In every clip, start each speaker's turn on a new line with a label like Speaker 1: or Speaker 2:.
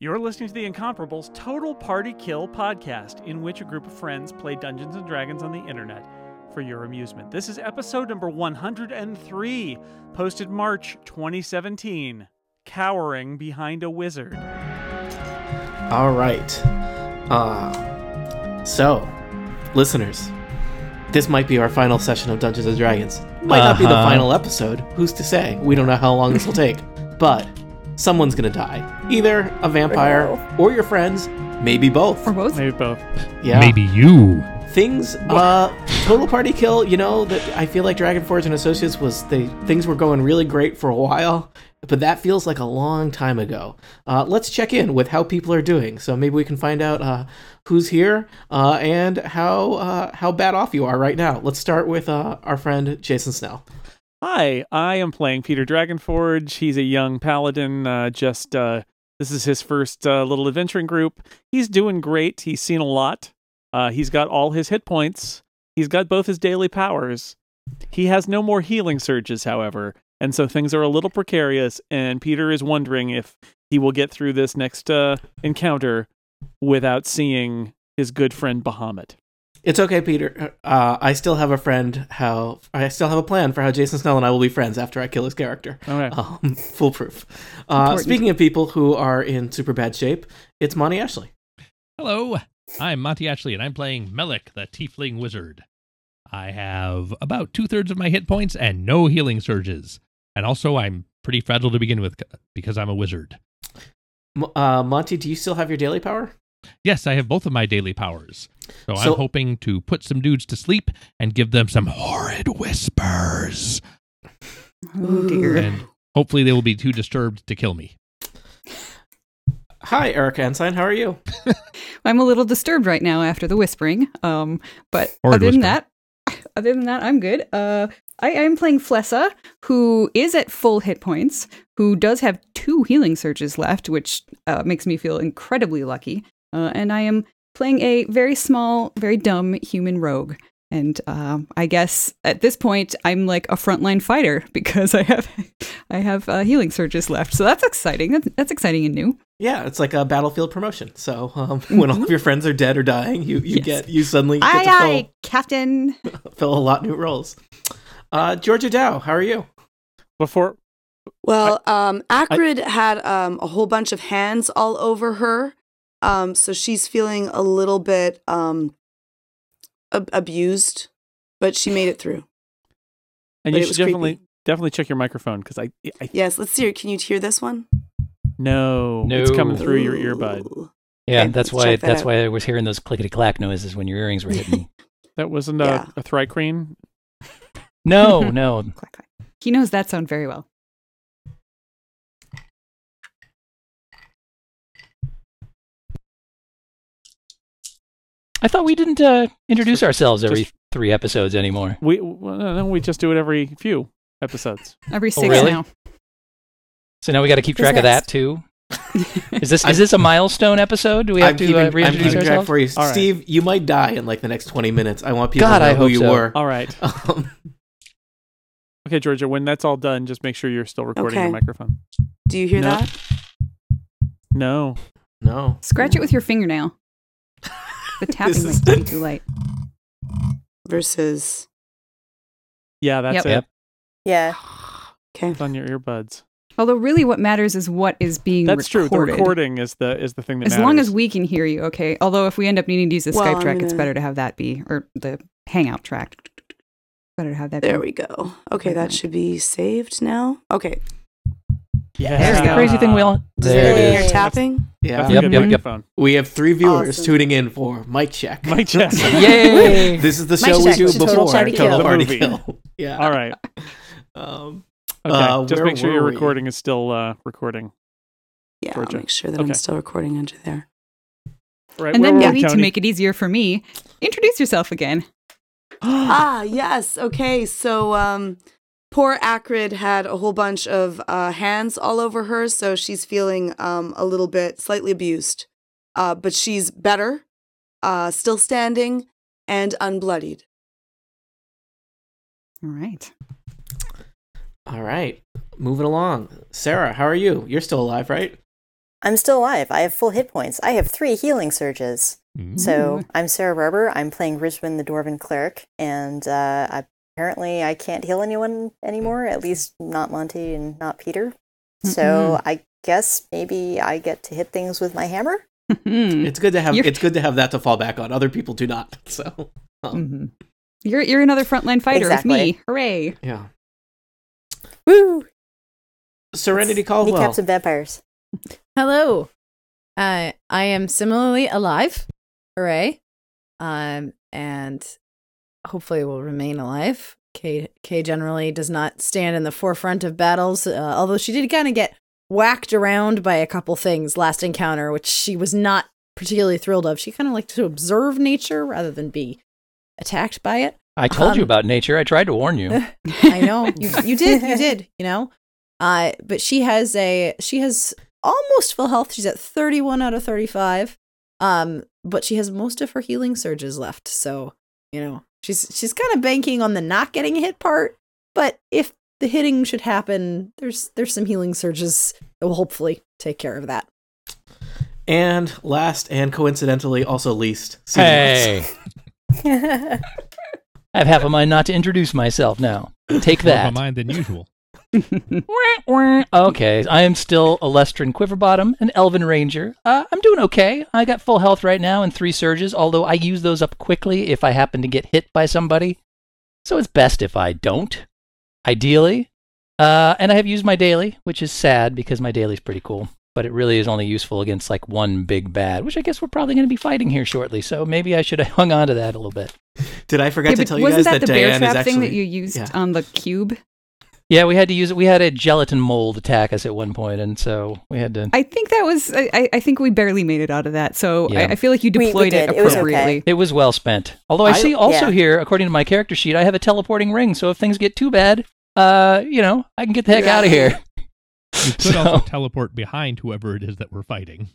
Speaker 1: You're listening to the Incomparables Total Party Kill podcast, in which a group of friends play Dungeons and Dragons on the internet for your amusement. This is episode number 103, posted March 2017. Cowering behind a wizard.
Speaker 2: All right. Uh, so, listeners, this might be our final session of Dungeons and Dragons. Might not be the
Speaker 3: Uh-huh.
Speaker 2: final episode. Who's to say? We don't know how long this will take. But someone's gonna die. Either a vampire or your friends. Maybe both.
Speaker 4: Or both?
Speaker 1: Maybe both.
Speaker 2: Yeah.
Speaker 3: Maybe you.
Speaker 2: Things. Uh, total party kill. You know that I feel like Dragon Forge and Associates was they things were going really great for a while, but that feels like a long time ago. Uh, let's check in with how people are doing. So maybe we can find out uh, who's here uh, and how uh, how bad off you are right now. Let's start with uh, our friend Jason Snell.
Speaker 1: Hi, I am playing Peter Dragonforge. He's a young paladin. Uh, just uh, this is his first uh, little adventuring group. He's doing great. He's seen a lot. Uh, he's got all his hit points. He's got both his daily powers. He has no more healing surges, however, and so things are a little precarious. And Peter is wondering if he will get through this next uh, encounter without seeing his good friend Bahamut.
Speaker 2: It's okay, Peter. Uh, I still have a friend. How I still have a plan for how Jason Snell and I will be friends after I kill his character.
Speaker 1: All right.
Speaker 2: um, foolproof. Uh,
Speaker 4: Important.
Speaker 2: speaking of people who are in super bad shape, it's Monty Ashley.
Speaker 3: Hello, I'm Monty Ashley, and I'm playing Melek, the Tiefling Wizard. I have about two thirds of my hit points and no healing surges. And also, I'm pretty fragile to begin with c- because I'm a wizard.
Speaker 2: M- uh, Monty, do you still have your daily power?
Speaker 3: Yes, I have both of my daily powers.
Speaker 2: So-
Speaker 3: So, I'm hoping to put some dudes to sleep and give them some horrid whispers.
Speaker 4: Oh dear.
Speaker 3: And hopefully, they will be too disturbed to kill me.
Speaker 2: Hi, Eric Ensign. How are you?
Speaker 4: I'm a little disturbed right now after the whispering. Um, but
Speaker 3: Or
Speaker 4: other
Speaker 3: whisper.
Speaker 4: than that, other than that, I'm good. Uh, I am playing Flessa, who is at full hit points, who does have two healing surges left, which uh, makes me feel incredibly lucky. Uh, and I am playing a very small, very dumb human rogue. And um, I guess at this point, I'm like a frontline fighter because I have, I have uh, healing surges left. So that's exciting. That's, that's exciting and new.
Speaker 2: Yeah, Uh, it's like a battlefield promotion. So um, when all of your friends are dead or dying, you, you
Speaker 4: Mm-hmm. Yes.
Speaker 2: get you suddenly get
Speaker 4: Aye, aye,
Speaker 2: to
Speaker 4: Captain.
Speaker 2: fill, fill a lot new roles. Uh, Georgia Dow, how are you?
Speaker 1: Before
Speaker 5: Well, um, Acrid had um, a whole bunch of hands all over her, um, so she's feeling a little bit um, ab- abused, but she made it through.
Speaker 1: and
Speaker 5: But
Speaker 1: you
Speaker 5: it
Speaker 1: should
Speaker 5: was
Speaker 1: definitely
Speaker 5: creepy.
Speaker 1: definitely check your microphone because I I
Speaker 5: Yes, let's hear. Can you hear this one?
Speaker 1: No, it's
Speaker 6: No.
Speaker 1: coming through your earbud.
Speaker 5: Ooh.
Speaker 6: Yeah,
Speaker 5: Okay,
Speaker 6: that's
Speaker 5: let's
Speaker 6: why
Speaker 5: check that
Speaker 6: that's
Speaker 5: out.
Speaker 6: why I was hearing those clickety clack noises when your earrings were hitting. me.
Speaker 1: That wasn't a,
Speaker 5: Yeah.
Speaker 1: a thrycreen.
Speaker 6: no, Oh, no.
Speaker 4: Clack, clack. He knows that sound very well.
Speaker 6: I thought we didn't uh, introduce ourselves every three episodes anymore.
Speaker 1: We well, no, no, we just do it every few episodes.
Speaker 4: Every
Speaker 6: Oh,
Speaker 4: six
Speaker 6: really?
Speaker 4: now.
Speaker 6: So now we got to keep
Speaker 5: Who's
Speaker 6: track of that
Speaker 5: next?
Speaker 6: too. Is this
Speaker 2: I'm-
Speaker 6: is this a milestone episode? Do we have
Speaker 2: I'm
Speaker 6: to
Speaker 2: keeping,
Speaker 6: uh,
Speaker 2: I'm keeping
Speaker 6: reintroduce
Speaker 2: track
Speaker 6: ourselves?
Speaker 2: for you,
Speaker 1: All right.
Speaker 2: Steve. You might die in like the next twenty minutes. I want people
Speaker 6: God,
Speaker 2: to know
Speaker 6: I
Speaker 2: who
Speaker 6: hope
Speaker 2: you
Speaker 6: so.
Speaker 2: were.
Speaker 1: All right.
Speaker 2: Um,
Speaker 1: Okay, Georgia, when that's all done, just make sure you're still recording your
Speaker 5: Okay.
Speaker 1: microphone.
Speaker 5: Do you hear
Speaker 1: No.
Speaker 5: that?
Speaker 1: No.
Speaker 2: no,
Speaker 4: Scratch it with your fingernail. The tapping
Speaker 2: is-
Speaker 4: might be too light.
Speaker 5: Versus
Speaker 1: Yeah, that's
Speaker 4: Yep.
Speaker 1: it.
Speaker 6: Yep.
Speaker 7: Yeah.
Speaker 5: okay.
Speaker 1: It's on your earbuds.
Speaker 4: Although, really, what matters is what is being
Speaker 1: That's true. The
Speaker 4: recorded.
Speaker 1: recording is the is the thing that
Speaker 4: As
Speaker 1: matters.
Speaker 4: long as we can hear you, okay. Although, if we end up needing to use the
Speaker 5: Well,
Speaker 4: Skype
Speaker 5: I'm
Speaker 4: track, it's
Speaker 5: gonna-
Speaker 4: better to have that be or the Hangout track. Better to have that.
Speaker 5: There
Speaker 4: be.
Speaker 5: we go. Okay, that should be saved now. Okay.
Speaker 1: yeah.
Speaker 6: There's the crazy thing we all.
Speaker 5: Does
Speaker 6: There
Speaker 5: everyone
Speaker 6: it
Speaker 5: hear
Speaker 6: is.
Speaker 5: tapping?
Speaker 2: yeah,
Speaker 1: Yep,
Speaker 6: Yep, yep, yep.
Speaker 1: microphone.
Speaker 2: we have three viewers
Speaker 5: Awesome.
Speaker 2: tuning in for mic check.
Speaker 1: Mic check.
Speaker 6: Yay!
Speaker 2: This is the
Speaker 7: Mic
Speaker 2: show we
Speaker 7: check.
Speaker 2: do
Speaker 7: Total
Speaker 2: before
Speaker 7: party
Speaker 2: Total
Speaker 1: kill.
Speaker 2: Party
Speaker 1: Movie.
Speaker 2: Kill. Yeah.
Speaker 1: All right.
Speaker 2: Um,
Speaker 1: Okay.
Speaker 2: Uh,
Speaker 1: just
Speaker 2: where
Speaker 1: make sure your
Speaker 2: were we?
Speaker 1: recording is still uh, recording.
Speaker 5: Yeah,
Speaker 1: Georgia.
Speaker 5: I'll make sure that
Speaker 1: Okay.
Speaker 5: I'm still recording under there.
Speaker 1: Right.
Speaker 4: And
Speaker 1: where were
Speaker 4: then
Speaker 1: we,
Speaker 4: maybe to
Speaker 1: Tony?
Speaker 4: make it easier for me, introduce yourself again.
Speaker 5: ah, yes. Okay. So, um, poor Acrid had a whole bunch of uh, hands all over her, so she's feeling um, a little bit slightly abused. Uh, but she's better, uh, still standing, and unbloodied.
Speaker 4: All right.
Speaker 2: All right, moving along. Sarah, how are you? You're still alive, right?
Speaker 7: I'm still alive. I have full hit points. I have three healing surges. So
Speaker 4: Ooh.
Speaker 7: I'm Sarah Barber. I'm playing Ridgwin the Dwarven Cleric, and uh, I- apparently I can't heal anyone anymore. At least not Monty and not Peter. So I guess maybe I get to hit things with my hammer.
Speaker 6: Mm-hmm.
Speaker 4: Mhm.
Speaker 2: It's good to have
Speaker 4: You're-
Speaker 2: it's good to have that to fall back on. Other people do not. So
Speaker 6: Mm-hmm.
Speaker 4: Mhm. You're you're another frontline fighter with me.
Speaker 7: Exactly.
Speaker 4: Hooray!
Speaker 2: yeah.
Speaker 7: Woo!
Speaker 2: Serenity
Speaker 7: Kneecaps
Speaker 2: Caldwell.
Speaker 7: of vampires.
Speaker 8: Hello. Uh, I am similarly alive. Hooray. Um, and hopefully will remain alive. Kay, Kay generally does not stand in the forefront of battles, uh, although she did kind of get whacked around by a couple things last encounter, which she was not particularly thrilled of. She kind of liked to observe nature rather than be attacked by it.
Speaker 6: I told
Speaker 8: Um,
Speaker 6: you about nature. I tried to warn you.
Speaker 8: I know you, you did, you did, you know. Uh, but she has a she has almost full health. She's at thirty one out of thirty five. Um, but she has most of her healing surges left, so you know she's she's kind of banking on the not getting hit part. But if the hitting should happen, there's there's some healing surges that will hopefully take care of that.
Speaker 2: And last and coincidentally also least. Susan Rice.
Speaker 6: Hey, I have half a mind not to introduce myself now. Take
Speaker 3: More of a
Speaker 6: that.
Speaker 3: mind than usual.
Speaker 6: Okay, I am still Alestrin Quiverbottom, an Elven Ranger. Uh, I'm doing okay. I got full health right now and three surges, although I use those up quickly if I happen to get hit by somebody. So it's best if I don't, ideally. Uh, and I have used my daily, which is sad because my daily's pretty cool, but it really is only useful against like one big bad, which I guess we're probably going to be fighting here shortly. So maybe I should have hung on to that a little bit.
Speaker 2: Did I forget
Speaker 4: Yeah,
Speaker 2: to
Speaker 4: but
Speaker 2: tell you
Speaker 4: wasn't
Speaker 2: guys
Speaker 4: that
Speaker 2: that,
Speaker 4: the bear
Speaker 2: Diane
Speaker 4: trap
Speaker 2: is actually
Speaker 4: thing that you used
Speaker 2: yeah.
Speaker 4: on the cube?
Speaker 6: Yeah, we had to use it. We had a gelatin mold attack us at one point, and so we had to.
Speaker 4: I think that was. I, I- I think we barely made it out of that. So
Speaker 6: Yeah.
Speaker 4: oh, I, I feel like you
Speaker 7: We- we
Speaker 4: deployed it
Speaker 7: did. It was okay.
Speaker 4: appropriately.
Speaker 6: It was well spent. Although I,
Speaker 2: I-
Speaker 6: see also
Speaker 7: yeah.
Speaker 6: here, according to my character sheet, I have a teleporting ring. So if things get too bad, uh, you know, I can get the heck out of here.
Speaker 3: You could also teleport behind whoever it is that we're fighting.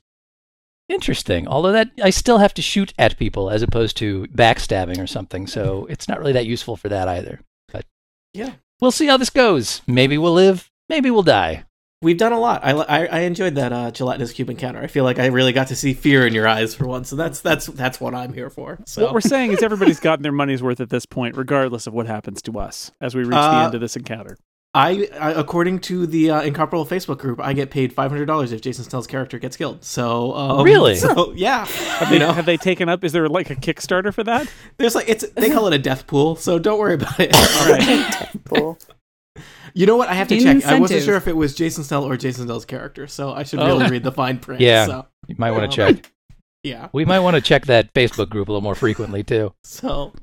Speaker 6: interesting. Although that I still have to shoot at people as opposed to backstabbing or something. So it's not really that useful for that either. But
Speaker 2: Yeah.
Speaker 6: we'll see how this goes. Maybe we'll live. Maybe we'll die.
Speaker 2: We've done a lot. I, I, I enjoyed that uh, gelatinous cube encounter. I feel like I really got to see fear in your eyes for once, and that's that's that's what I'm here for. So
Speaker 1: What we're saying is everybody's gotten their money's worth at this point, regardless of what happens to us as we reach the
Speaker 2: Uh,
Speaker 1: end of this encounter.
Speaker 2: I, I according to the uh, incomparable Facebook group, I get paid five hundred dollars if Jason Snell's character gets killed. So um,
Speaker 6: Really?
Speaker 2: so, yeah,
Speaker 1: Have
Speaker 2: you
Speaker 1: they,
Speaker 2: know,
Speaker 1: have they taken up? Is there like a Kickstarter for that?
Speaker 2: there's like it's they call it a death pool, so don't worry about it.
Speaker 1: All right.
Speaker 7: Cool.
Speaker 2: You know what? I have to check. I wasn't
Speaker 4: Incentive.
Speaker 2: sure if it was Jason Snell or Jason Snell's character, so I should
Speaker 6: Oh.
Speaker 2: really read the fine print.
Speaker 6: Yeah.
Speaker 2: So,
Speaker 6: You might want
Speaker 2: Um,
Speaker 6: to check.
Speaker 2: yeah.
Speaker 6: We might want to check that Facebook group a little more frequently too.
Speaker 2: So,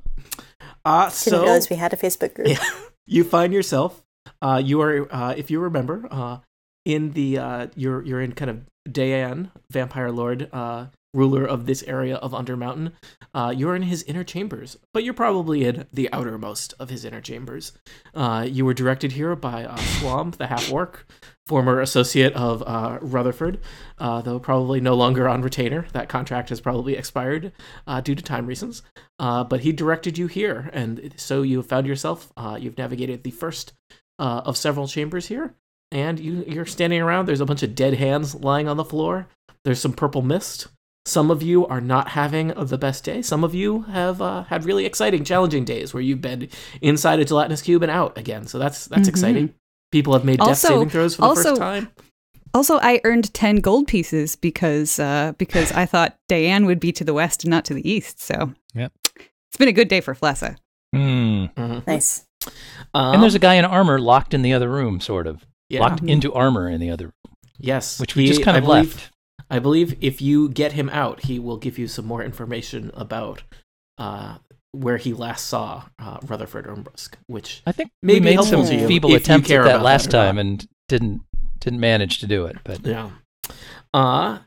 Speaker 2: uh,
Speaker 7: Didn't
Speaker 2: so
Speaker 7: realize we had a Facebook group.
Speaker 2: Yeah. you find yourself uh, you are uh, if you remember uh, in the uh, you're you're in kind of Dayan vampire lord uh, ruler of this area of Undermountain uh, you're in his inner chambers but you're probably in the outermost of his inner chambers uh, you were directed here by uh, Swam the half orc former associate of uh, Rutherford uh, though probably no longer on retainer that contract has probably expired uh, due to time reasons uh, but he directed you here, and so you have found yourself. Uh, you've navigated the first uh, of several chambers here, and you, you're standing around. There's a bunch of dead hands lying on the floor. There's some purple mist. Some of you are not having the best day. Some of you have uh, had really exciting, challenging days where you've been inside a gelatinous cube and out again. So that's that's
Speaker 4: Mhm.
Speaker 2: exciting. People have made death
Speaker 4: Also-
Speaker 2: saving throws for the
Speaker 4: also-
Speaker 2: first time.
Speaker 4: Also, I earned ten gold pieces because uh, because I thought Diane would be to the west and not to the east. So
Speaker 3: Yep.
Speaker 4: it's been a good day for Flessa.
Speaker 6: Hmm.
Speaker 2: Mm-hmm.
Speaker 7: Nice.
Speaker 6: and there's a guy in armor locked in the other room, sort of
Speaker 2: Um, yeah,
Speaker 6: locked into armor in the other,
Speaker 2: yes,
Speaker 6: which we
Speaker 2: he-
Speaker 6: just kind
Speaker 2: I
Speaker 6: of
Speaker 2: believe-
Speaker 6: left.
Speaker 2: I believe if you get him out, he will give you some more information about uh, where he last saw uh, Rutherford Umbrisk, which
Speaker 6: I think
Speaker 2: Maybe
Speaker 6: we made
Speaker 2: helpful
Speaker 6: some
Speaker 7: to you
Speaker 6: feeble
Speaker 2: if you
Speaker 6: attempts
Speaker 2: care
Speaker 6: at
Speaker 2: about
Speaker 6: that
Speaker 2: that
Speaker 6: last
Speaker 2: or not.
Speaker 6: time and didn't didn't manage to do it. But
Speaker 2: yeah. Uh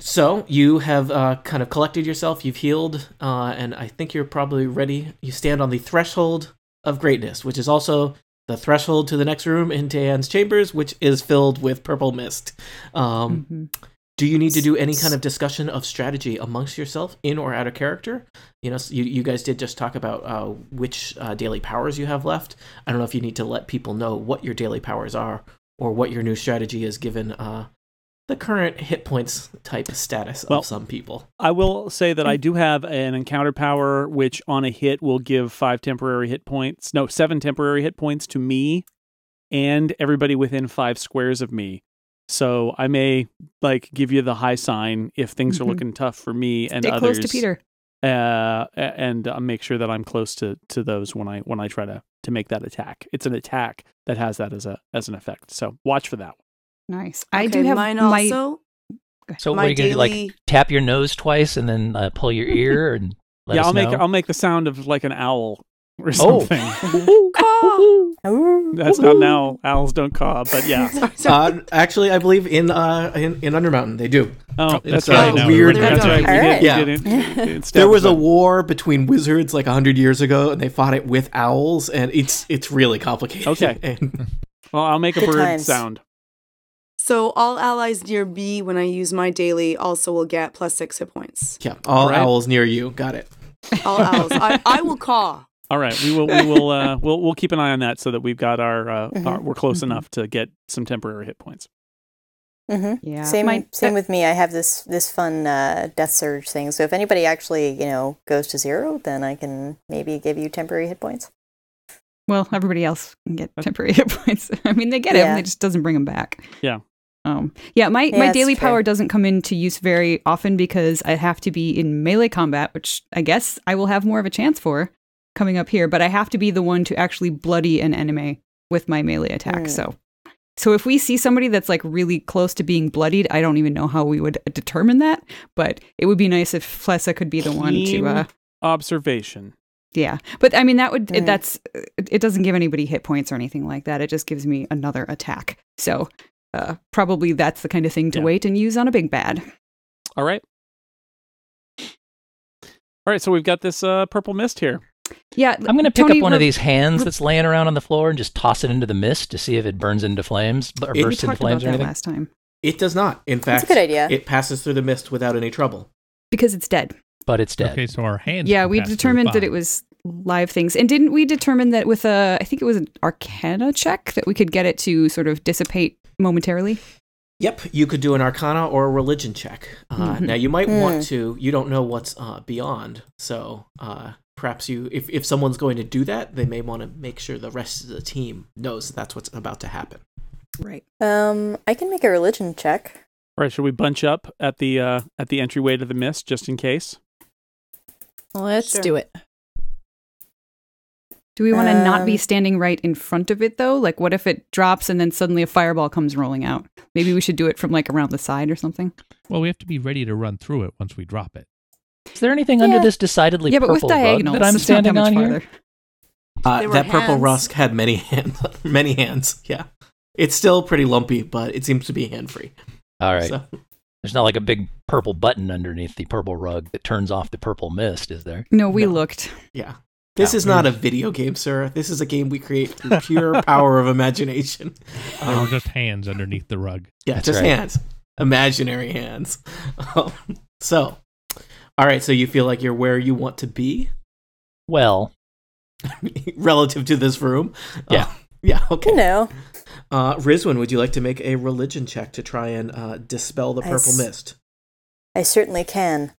Speaker 2: so you have uh, kind of collected yourself, you've healed, uh, and I think you're probably ready. You stand on the threshold of greatness, which is also the threshold to the next room in Tayan's chambers, which is filled with purple mist. Um,
Speaker 4: Mhm.
Speaker 2: Do you need to do any kind of discussion of strategy amongst yourself, in or out of character? You know, s- you, you guys did just talk about uh, which uh, daily powers you have left. I don't know if you need to let people know what your daily powers are or what your new strategy is, given uh, the current hit points type status
Speaker 1: Well-
Speaker 2: of some people.
Speaker 1: I will say that I
Speaker 4: Mm.
Speaker 1: do have an encounter power, which on a hit will give five temporary hit points. No, seven temporary hit points to me and everybody within five squares of me. So I may like give you the high sign if things
Speaker 4: Mhm.
Speaker 1: are looking tough for me and
Speaker 4: Stay
Speaker 1: others.
Speaker 4: close to Peter.
Speaker 1: uh, a- and uh, make sure that I'm close to to those when I when I try to to make that attack. It's an attack that has that as a as an effect. So watch for that.
Speaker 4: Nice. I do
Speaker 5: Okay,
Speaker 4: have
Speaker 5: mine
Speaker 4: my.
Speaker 5: also.
Speaker 6: So
Speaker 5: My
Speaker 6: what are you going to do? Like
Speaker 5: daily-
Speaker 6: tap your nose twice and then uh, pull your ear and let
Speaker 1: yeah,
Speaker 6: us
Speaker 1: I'll make
Speaker 6: know?
Speaker 1: I'll make the sound of like an owl or
Speaker 6: Oh.
Speaker 1: something.
Speaker 5: Caw!
Speaker 1: That's not now owls don't caw, but yeah.
Speaker 5: Sorry, sorry.
Speaker 2: Uh, actually, I believe in uh, in, in Undermountain they do.
Speaker 1: Oh,
Speaker 3: that's
Speaker 1: that's
Speaker 3: right,
Speaker 1: right.
Speaker 3: now
Speaker 1: We
Speaker 5: we're
Speaker 1: did-
Speaker 5: back
Speaker 1: That's
Speaker 5: to
Speaker 1: right.
Speaker 5: it.
Speaker 1: We did.
Speaker 2: Alright.
Speaker 1: we did- we
Speaker 2: there
Speaker 1: did stab
Speaker 2: was a
Speaker 1: them.
Speaker 2: war between wizards like 100 years ago and they fought it with owls and it's it's really complicated
Speaker 1: Okay.
Speaker 2: and
Speaker 1: Well, I'll make a
Speaker 7: Good
Speaker 1: bird
Speaker 7: times.
Speaker 1: sound.
Speaker 5: So all allies near B when I use my daily also will get plus six hit points.
Speaker 2: yeah all
Speaker 1: Alright.
Speaker 2: owls near you got it
Speaker 5: All owls. I, I will caw.
Speaker 1: All right, we will we will uh, we'll we'll keep an eye on that so that we've got our, uh,
Speaker 7: Mhm.
Speaker 1: our we're close
Speaker 4: Mhm.
Speaker 1: enough to get some temporary hit points.
Speaker 7: hmm
Speaker 4: Yeah.
Speaker 7: Same,
Speaker 4: my,
Speaker 7: same with me. I have this this fun uh, death surge thing. So if anybody actually, you know, goes to zero, then I can maybe give you temporary hit points.
Speaker 4: Well, everybody else can get temporary hit points. I mean, they get it,
Speaker 7: Yeah.
Speaker 4: and it just doesn't bring them back.
Speaker 1: Yeah.
Speaker 4: Um, yeah, my,
Speaker 7: Yeah,
Speaker 4: my
Speaker 7: that's
Speaker 4: daily
Speaker 7: fair.
Speaker 4: power doesn't come into use very often because I have to be in melee combat, which I guess I will have more of a chance for coming up here, but I have to be the one to actually bloody an enemy with my melee attack.
Speaker 7: Mm.
Speaker 4: So so if we see somebody that's like really close to being bloodied, I don't even know how we would determine that, but it would be nice if Flessa could be the one to
Speaker 1: Keen
Speaker 4: uh,
Speaker 1: Observation.
Speaker 4: yeah, but I mean that would it,
Speaker 7: Mm.
Speaker 4: that's it it doesn't give anybody hit points or anything like that. It just gives me another attack. So uh, probably that's the kind of thing to
Speaker 1: Yeah.
Speaker 4: wait and use on a big bad.
Speaker 1: All right. All right, so we've got this uh, purple mist here.
Speaker 4: Yeah,
Speaker 6: I'm going to pick
Speaker 4: Tony,
Speaker 6: up one of
Speaker 4: re-
Speaker 6: these hands
Speaker 4: re-
Speaker 6: that's laying around on the floor and just toss it into the mist to see if it burns into flames b- or
Speaker 2: It-
Speaker 6: bursts
Speaker 4: We
Speaker 6: into
Speaker 4: talked about
Speaker 6: flames or
Speaker 4: that
Speaker 6: anything.
Speaker 4: last time
Speaker 2: it does not in fact
Speaker 7: That's a good idea.
Speaker 2: it passes through the mist without any trouble
Speaker 4: because it's dead.
Speaker 6: But it's dead.
Speaker 3: Okay, so our hands.
Speaker 4: yeah,
Speaker 3: can
Speaker 4: we
Speaker 3: pass through
Speaker 4: determined that
Speaker 3: fire.
Speaker 4: it was live things, and didn't we determine that with a I think it was an Arcana check that we could get it to sort of dissipate momentarily.
Speaker 2: yep you could do an arcana or a religion check uh,
Speaker 4: Mhm.
Speaker 2: now you might want
Speaker 7: Mm.
Speaker 2: to you don't know what's uh, beyond so uh, perhaps you if, if someone's going to do that they may want to make sure the rest of the team knows that that's what's about to happen
Speaker 4: Right.
Speaker 7: Um, I can make a religion check.
Speaker 1: All right, should we bunch up at the uh, at the entryway to the mist just in case?
Speaker 8: Let's
Speaker 5: Sure.
Speaker 8: do it.
Speaker 4: Do we want to not be
Speaker 5: Uh,
Speaker 7: Um,
Speaker 4: standing right in front of it though? Like, what if it drops and then suddenly a fireball comes rolling out? Maybe we should do it from like around the side or something.
Speaker 3: Well, we have to be ready to run through it once we drop it.
Speaker 6: Is there anything under
Speaker 7: Yeah.
Speaker 6: this decidedly
Speaker 4: yeah, but
Speaker 6: purple
Speaker 4: with
Speaker 6: rug
Speaker 4: diagonals,
Speaker 6: that I'm
Speaker 4: it's not that
Speaker 6: standing
Speaker 4: much
Speaker 6: on
Speaker 4: farther.
Speaker 6: here?
Speaker 2: Uh,
Speaker 5: They were
Speaker 2: that purple
Speaker 5: hands.
Speaker 2: rusk had many hands. many hands. Yeah, it's still pretty lumpy, but it seems to be hand free.
Speaker 6: All right.
Speaker 2: So,
Speaker 6: There's not like a big purple button underneath the purple rug that turns off the purple mist, is there?
Speaker 4: No, we
Speaker 2: No.
Speaker 4: looked.
Speaker 2: yeah, this is not a video game, sir. This is a game we create through pure power of imagination.
Speaker 3: There were
Speaker 2: Um,
Speaker 3: just hands underneath the rug.
Speaker 2: yeah,
Speaker 6: That's
Speaker 2: just
Speaker 6: right.
Speaker 2: hands, imaginary hands. Um, so, all right. So you feel like you're where you want to be
Speaker 6: Well,
Speaker 2: relative to this room.
Speaker 6: Yeah.
Speaker 2: Uh, yeah. Okay.
Speaker 7: You know,
Speaker 2: Uh, Rizwan, would you like to make a religion check to try and uh, dispel the
Speaker 7: I
Speaker 2: purple
Speaker 7: s-
Speaker 2: mist?
Speaker 7: I certainly can.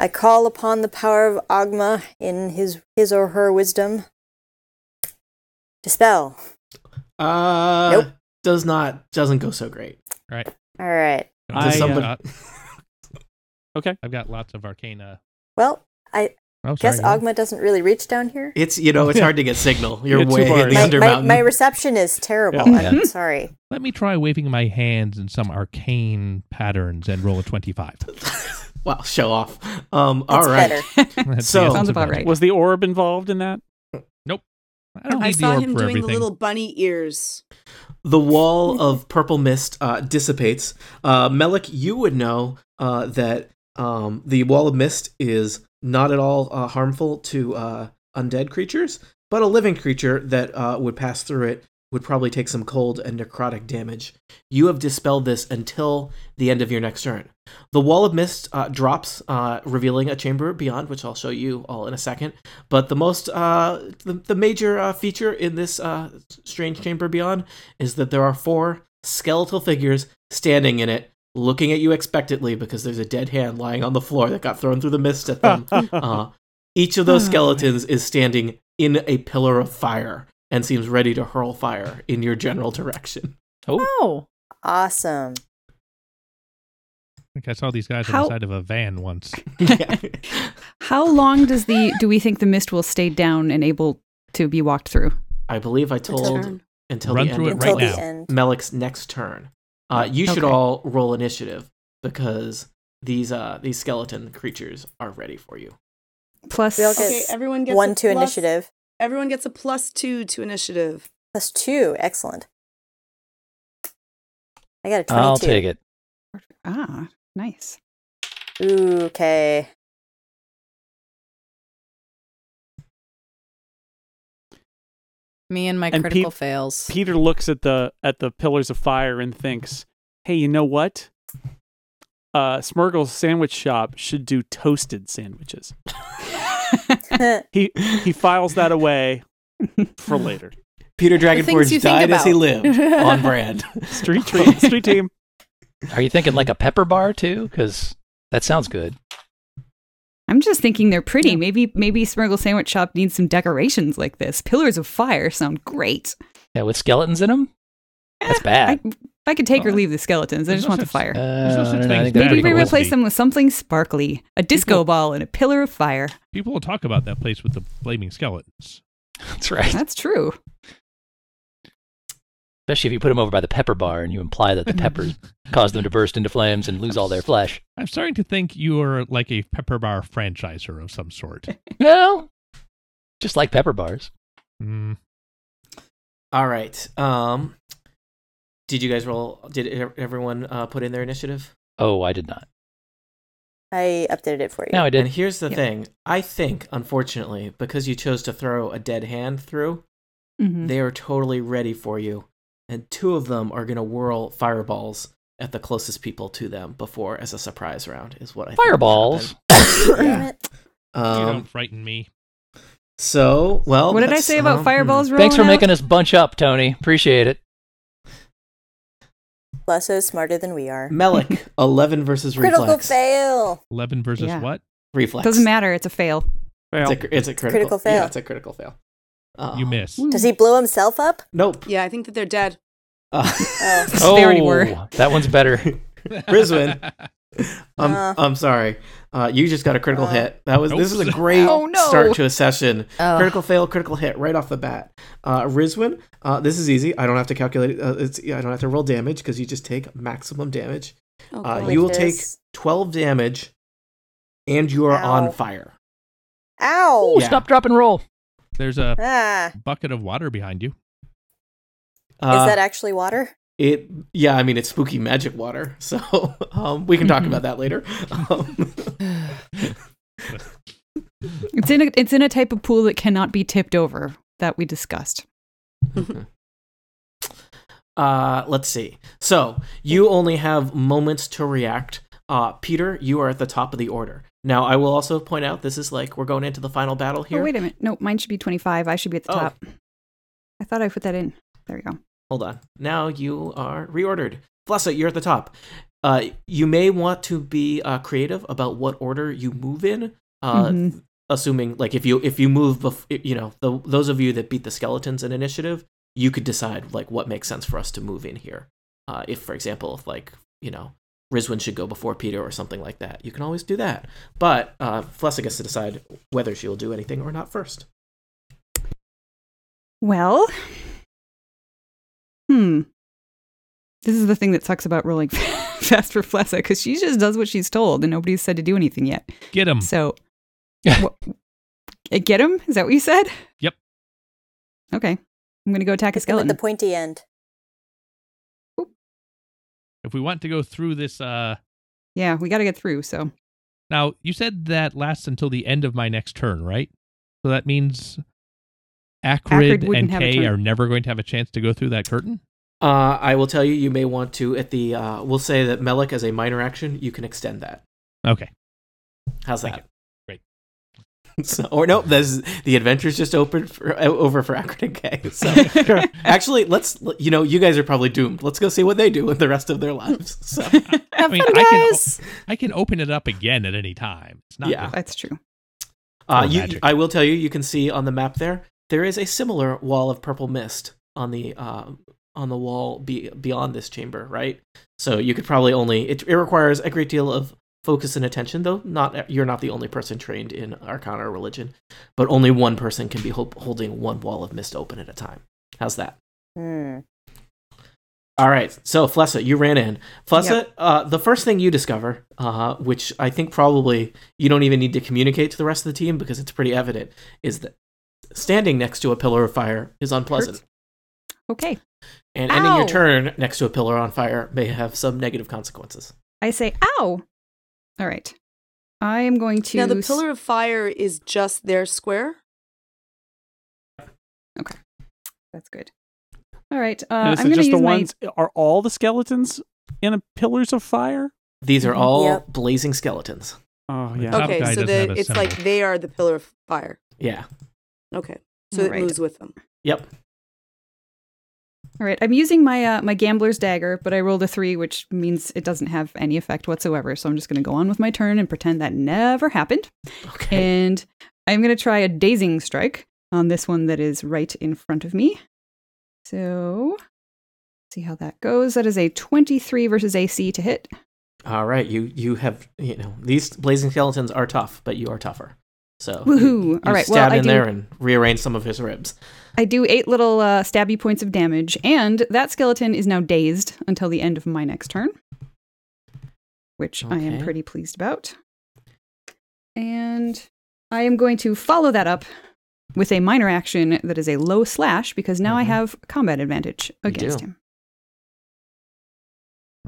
Speaker 7: I call upon the power of Agma in his his or her wisdom. Dispel.
Speaker 2: Uh,
Speaker 7: Nope.
Speaker 2: Does not doesn't go so great.
Speaker 3: Right.
Speaker 7: All right.
Speaker 1: I,
Speaker 3: I've
Speaker 1: somebody-
Speaker 3: got-
Speaker 1: Okay.
Speaker 3: uh, I've got lots of arcana.
Speaker 7: Well,
Speaker 3: Oh, sorry,
Speaker 7: guess
Speaker 3: go on.
Speaker 7: Agma doesn't really reach down here.
Speaker 2: It's you know it's hard to get signal. You're
Speaker 1: Yeah, too
Speaker 2: way in
Speaker 1: far.
Speaker 2: the
Speaker 7: My, my,
Speaker 2: undermountain.
Speaker 7: my reception is
Speaker 4: Oh,
Speaker 7: terrible.
Speaker 1: Yeah.
Speaker 7: I'm sorry.
Speaker 3: Let me try waving my hands in some arcane patterns and roll a 25.
Speaker 2: wow, show off. Um,
Speaker 7: That's
Speaker 2: all right.
Speaker 7: better.
Speaker 3: That's
Speaker 2: So-
Speaker 3: the essence of
Speaker 4: Sounds about
Speaker 3: magic.
Speaker 4: right.
Speaker 1: Was the orb involved in that?
Speaker 3: I don't need
Speaker 5: I
Speaker 3: the
Speaker 5: saw
Speaker 3: orb
Speaker 5: him
Speaker 3: for
Speaker 5: doing
Speaker 3: everything.
Speaker 5: the little bunny ears.
Speaker 2: The wall of purple mist uh, dissipates. Uh, Melik, you would know uh, that um, the wall of mist is not at all uh, harmful to uh, undead creatures, but a living creature that uh, would pass through it would probably take some cold and necrotic damage. You have dispelled this until the end of your next turn. The wall of mist uh, drops, uh, revealing a chamber beyond, which I'll show you all in a second. But the most, uh, the, the major uh, feature in this uh, strange chamber beyond is that there are four skeletal figures standing in it, looking at you expectantly because there's a dead hand lying on the floor that got thrown through the mist at them. uh, each of those
Speaker 4: Oh, boy.
Speaker 2: skeletons is standing in a pillar of fire and seems ready to hurl fire in your general direction.
Speaker 8: Oh,
Speaker 7: Awesome.
Speaker 3: I think I saw these guys on
Speaker 4: How-
Speaker 3: the side of a van once.
Speaker 2: Yeah.
Speaker 4: How long does the do we think the mist will stay down and able to be walked through?
Speaker 2: I believe I told
Speaker 5: turn.
Speaker 2: until
Speaker 3: Run
Speaker 2: the
Speaker 3: through
Speaker 2: end
Speaker 3: it
Speaker 2: of
Speaker 3: right
Speaker 7: Until
Speaker 3: now.
Speaker 7: the end.
Speaker 2: Melik's next turn. Uh, you should
Speaker 4: Okay.
Speaker 2: all roll initiative because these uh, these skeleton creatures are ready for you.
Speaker 4: Plus,
Speaker 7: We all get
Speaker 5: Okay, everyone gets
Speaker 7: One
Speaker 5: a
Speaker 7: to
Speaker 5: plus-
Speaker 7: initiative.
Speaker 5: Everyone gets a plus two to initiative.
Speaker 7: Plus two. Excellent. I got a 22.
Speaker 6: I'll take it.
Speaker 4: ah, nice.
Speaker 7: Ooh, okay.
Speaker 8: me and my
Speaker 1: And
Speaker 8: critical
Speaker 1: peop-
Speaker 8: fails.
Speaker 1: Peter looks at the at the pillars of fire and thinks, "Hey, you know what? Uh, Smurgle's sandwich shop should do toasted sandwiches." He he files that away for later.
Speaker 2: Peter
Speaker 8: things you
Speaker 2: Dragonforge
Speaker 8: think
Speaker 2: died as he
Speaker 8: about.
Speaker 2: lived on brand.
Speaker 1: Street team, street team.
Speaker 6: Are you thinking like a pepper bar too? Because that sounds good.
Speaker 4: I'm just thinking they're pretty. Maybe maybe Smurgle Sandwich Shop needs some decorations like this. Pillars of fire sound great.
Speaker 6: Yeah, with skeletons in them. That's bad.
Speaker 4: I, I could take or
Speaker 3: Well,
Speaker 4: leave the skeletons. I
Speaker 3: Oh. there's
Speaker 4: just
Speaker 3: no
Speaker 4: want the
Speaker 3: such-
Speaker 4: fire.
Speaker 3: There's no
Speaker 6: Uh,
Speaker 3: such
Speaker 6: I
Speaker 3: thing
Speaker 6: think
Speaker 3: as
Speaker 6: they're
Speaker 3: bad
Speaker 4: Maybe we
Speaker 6: pretty cool.
Speaker 4: replace them with something sparkly, a disco ball and a pillar of fire.
Speaker 3: People will talk about that place with the flaming skeletons.
Speaker 6: That's right.
Speaker 4: That's true.
Speaker 6: Especially if you put them over by the pepper bar and you imply that the peppers cause them to burst into flames and lose all their flesh.
Speaker 3: I'm starting to think you are like a pepper bar franchiser of some sort.
Speaker 6: Well, just like pepper bars.
Speaker 3: Mm,
Speaker 2: All right. Um, did you guys roll? Did e- everyone uh, put in their initiative?
Speaker 6: Oh, I did not.
Speaker 7: I updated it for you.
Speaker 6: No, I
Speaker 2: And
Speaker 6: did.
Speaker 2: here's the
Speaker 4: Yeah.
Speaker 2: thing. I think, unfortunately, because you chose to throw a dead hand through,
Speaker 7: Mm-hmm.
Speaker 4: Mhm.
Speaker 2: they are totally ready for you. And two of them are going to whirl fireballs at the closest people to them before as a surprise round, is what I think will
Speaker 6: Fireballs.
Speaker 2: happen.
Speaker 7: Damn
Speaker 2: yeah.
Speaker 7: it.
Speaker 3: you don't
Speaker 2: Um,
Speaker 3: frighten me.
Speaker 2: so, well.
Speaker 4: what did I
Speaker 2: that's-
Speaker 4: say about
Speaker 2: um,
Speaker 4: fireballs? rolling
Speaker 6: Thanks for
Speaker 4: out?
Speaker 6: making us bunch up, Tony. Appreciate it.
Speaker 7: Lasso's smarter than we are.
Speaker 2: hmm. Melek, 11 versus
Speaker 7: Critical
Speaker 2: reflex.
Speaker 7: fail.
Speaker 3: 11 versus
Speaker 4: Yeah.
Speaker 3: what?
Speaker 2: Reflex.
Speaker 4: Doesn't matter. It's a fail.
Speaker 2: It's
Speaker 1: Well,
Speaker 2: a, it's a critical,
Speaker 7: Critical fail.
Speaker 2: Yeah, it's a critical fail. Uh,
Speaker 3: You miss.
Speaker 7: Does he blow himself up?
Speaker 2: Nope.
Speaker 5: Yeah, I think that they're dead.
Speaker 2: Uh,
Speaker 7: Oh,
Speaker 6: Oh,
Speaker 4: They already were.
Speaker 6: that one's better.
Speaker 2: Brisbane. I'm,
Speaker 7: Uh.
Speaker 2: I'm sorry. Uh, you just got a critical
Speaker 7: Uh.
Speaker 2: hit. That was this is a
Speaker 3: Oops.
Speaker 2: great
Speaker 4: Oh, no.
Speaker 2: start to a session.
Speaker 7: Oh.
Speaker 8: Ugh.
Speaker 2: Critical fail, critical hit right off the bat. Uh, Rizwin, uh, this is easy. I don't have to calculate. Uh, it's, I don't have to roll damage because you just take maximum damage.
Speaker 5: Oh,
Speaker 2: Uh,
Speaker 5: God.
Speaker 2: you will
Speaker 7: Like
Speaker 2: take
Speaker 7: this.
Speaker 2: twelve damage, and you are on
Speaker 7: Ow.
Speaker 2: fire.
Speaker 7: ow.
Speaker 6: Ooh,
Speaker 2: Yeah.
Speaker 6: Stop, drop, and roll.
Speaker 3: There's a
Speaker 7: Ah.
Speaker 3: bucket of water behind you.
Speaker 2: Uh,
Speaker 7: Is that actually water?
Speaker 2: it? Yeah, I mean it's spooky magic water, so um, we can talk
Speaker 3: Mm-hmm.
Speaker 2: about that later. Um,
Speaker 4: It's in a it's in a type of pool that cannot be tipped over that we discussed.
Speaker 2: Um, Uh, let's see. So you only have moments to react. Uh, Peter, you are at the top of the order. Now, I will also point out this is like we're going into the final battle here.
Speaker 4: Oh wait a minute. No, mine should be twenty five. I should be at the
Speaker 2: Oh.
Speaker 4: top. I thought I put that in. There we go.
Speaker 2: Hold on. Now you are reordered. Flessa, you're at the top. Uh, you may want to be uh, creative about what order you move in. Uh,
Speaker 4: Mhm.
Speaker 2: Assuming, like, if you if you move, bef- you know, the, those of you that beat the skeletons in initiative, you could decide like what makes sense for us to move in here. Uh, if, for example, if like you know, Rizwin should go before Peter or something like that, you can always do that. But uh, Flessa gets to decide whether she will do anything or not first.
Speaker 4: Well, hmm. This is the thing that sucks about rolling fast for Flessa because she just does what she's told and nobody's said to do anything yet.
Speaker 3: Get him.
Speaker 4: So, wh- get him? Is that what you said?
Speaker 3: Yep.
Speaker 4: Okay, I'm gonna go attack a
Speaker 7: Hit them with
Speaker 4: skeleton.
Speaker 7: the pointy end.
Speaker 3: If we want to go through this, uh,
Speaker 4: yeah, we got to get through. So
Speaker 3: now you said that lasts until the end of my next turn, right? So that means Acrid,
Speaker 4: wouldn't
Speaker 3: and
Speaker 4: have a
Speaker 3: Kay
Speaker 4: turn.
Speaker 3: are never going to have a chance to go through that curtain.
Speaker 2: Uh, I will tell you, you may want to at the. Uh, we'll say that Melek as a minor action, you can extend that.
Speaker 3: Okay.
Speaker 2: How's
Speaker 3: Thank
Speaker 2: that? So, or no, this is, the adventure's just open for, over for Akron and Kay. So, actually, let's you know, you guys are probably doomed. Let's go see what they do with the rest of their lives. So,
Speaker 8: Have
Speaker 3: mean,
Speaker 8: fun,
Speaker 3: I can-
Speaker 8: guys.
Speaker 3: I can open it up again at any time. It's not
Speaker 2: Yeah.
Speaker 4: That's true.
Speaker 2: uh,
Speaker 3: Oh,
Speaker 2: you,
Speaker 3: magic.
Speaker 2: I will tell you, you can see on the map there, there is a similar wall of purple mist on the uh, on the wall be, beyond this chamber, right? So, you could probably only it, it requires a great deal of focus and attention, though. Not you're not the only person trained in Arcana or religion, but only one person can be ho- holding one wall of mist open at a time. How's that?
Speaker 7: Hmm.
Speaker 2: All right. So, Flessa, you ran in. Flessa, uh, the first thing you discover, uh, which I think probably you don't even need to communicate to the rest of the team because it's pretty evident, is that standing next to a pillar of fire is unpleasant.
Speaker 4: Okay.
Speaker 2: And ending your
Speaker 8: Ow.
Speaker 2: turn next to a pillar on fire may have some negative consequences.
Speaker 4: I say, ow. All right. I am going to.
Speaker 5: Now the
Speaker 4: s-
Speaker 5: pillar of fire is just their square.
Speaker 4: That's good. All right.
Speaker 1: And
Speaker 4: Uh,
Speaker 1: is
Speaker 4: I'm
Speaker 1: it
Speaker 4: going to
Speaker 1: just
Speaker 4: use
Speaker 1: the
Speaker 4: my.
Speaker 1: ones? Are all the skeletons in a pillars of fire?
Speaker 2: These
Speaker 4: Mm-hmm.
Speaker 2: are all
Speaker 7: Yep.
Speaker 2: blazing skeletons.
Speaker 1: Oh
Speaker 3: The
Speaker 1: yeah.
Speaker 3: Top
Speaker 5: okay,
Speaker 3: guy
Speaker 5: so
Speaker 3: doesn't
Speaker 5: they,
Speaker 3: have a
Speaker 5: it's like
Speaker 3: symbol.
Speaker 5: they are the pillar of fire.
Speaker 2: Yeah.
Speaker 5: Okay, so
Speaker 4: Right.
Speaker 5: it moves with them.
Speaker 2: Yep.
Speaker 4: All right. I'm using my uh, my gambler's dagger, but I rolled a three, which means it doesn't have any effect whatsoever. So I'm just going to go on with my turn and pretend that never happened.
Speaker 2: Okay.
Speaker 4: And I'm going to try a dazing strike on this one that is right in front of me. So see how that goes. That is a 23 versus AC to hit.
Speaker 2: all right. You you have you know these blazing skeletons are tough, but you are tougher. So you-
Speaker 4: Woohoo.
Speaker 2: You,
Speaker 4: All right, well,
Speaker 2: Stab
Speaker 4: I
Speaker 2: in
Speaker 4: do-
Speaker 2: there and rearrange some of his ribs.
Speaker 4: I do eight little uh, stabby points of damage, and that skeleton is now dazed until the end of my next turn, which I am
Speaker 2: Okay.
Speaker 4: pretty pleased about. And I am going to follow that up with a minor action that is a low slash because now I
Speaker 2: Mhm.
Speaker 4: have combat advantage
Speaker 2: You
Speaker 4: against
Speaker 2: do.
Speaker 4: him.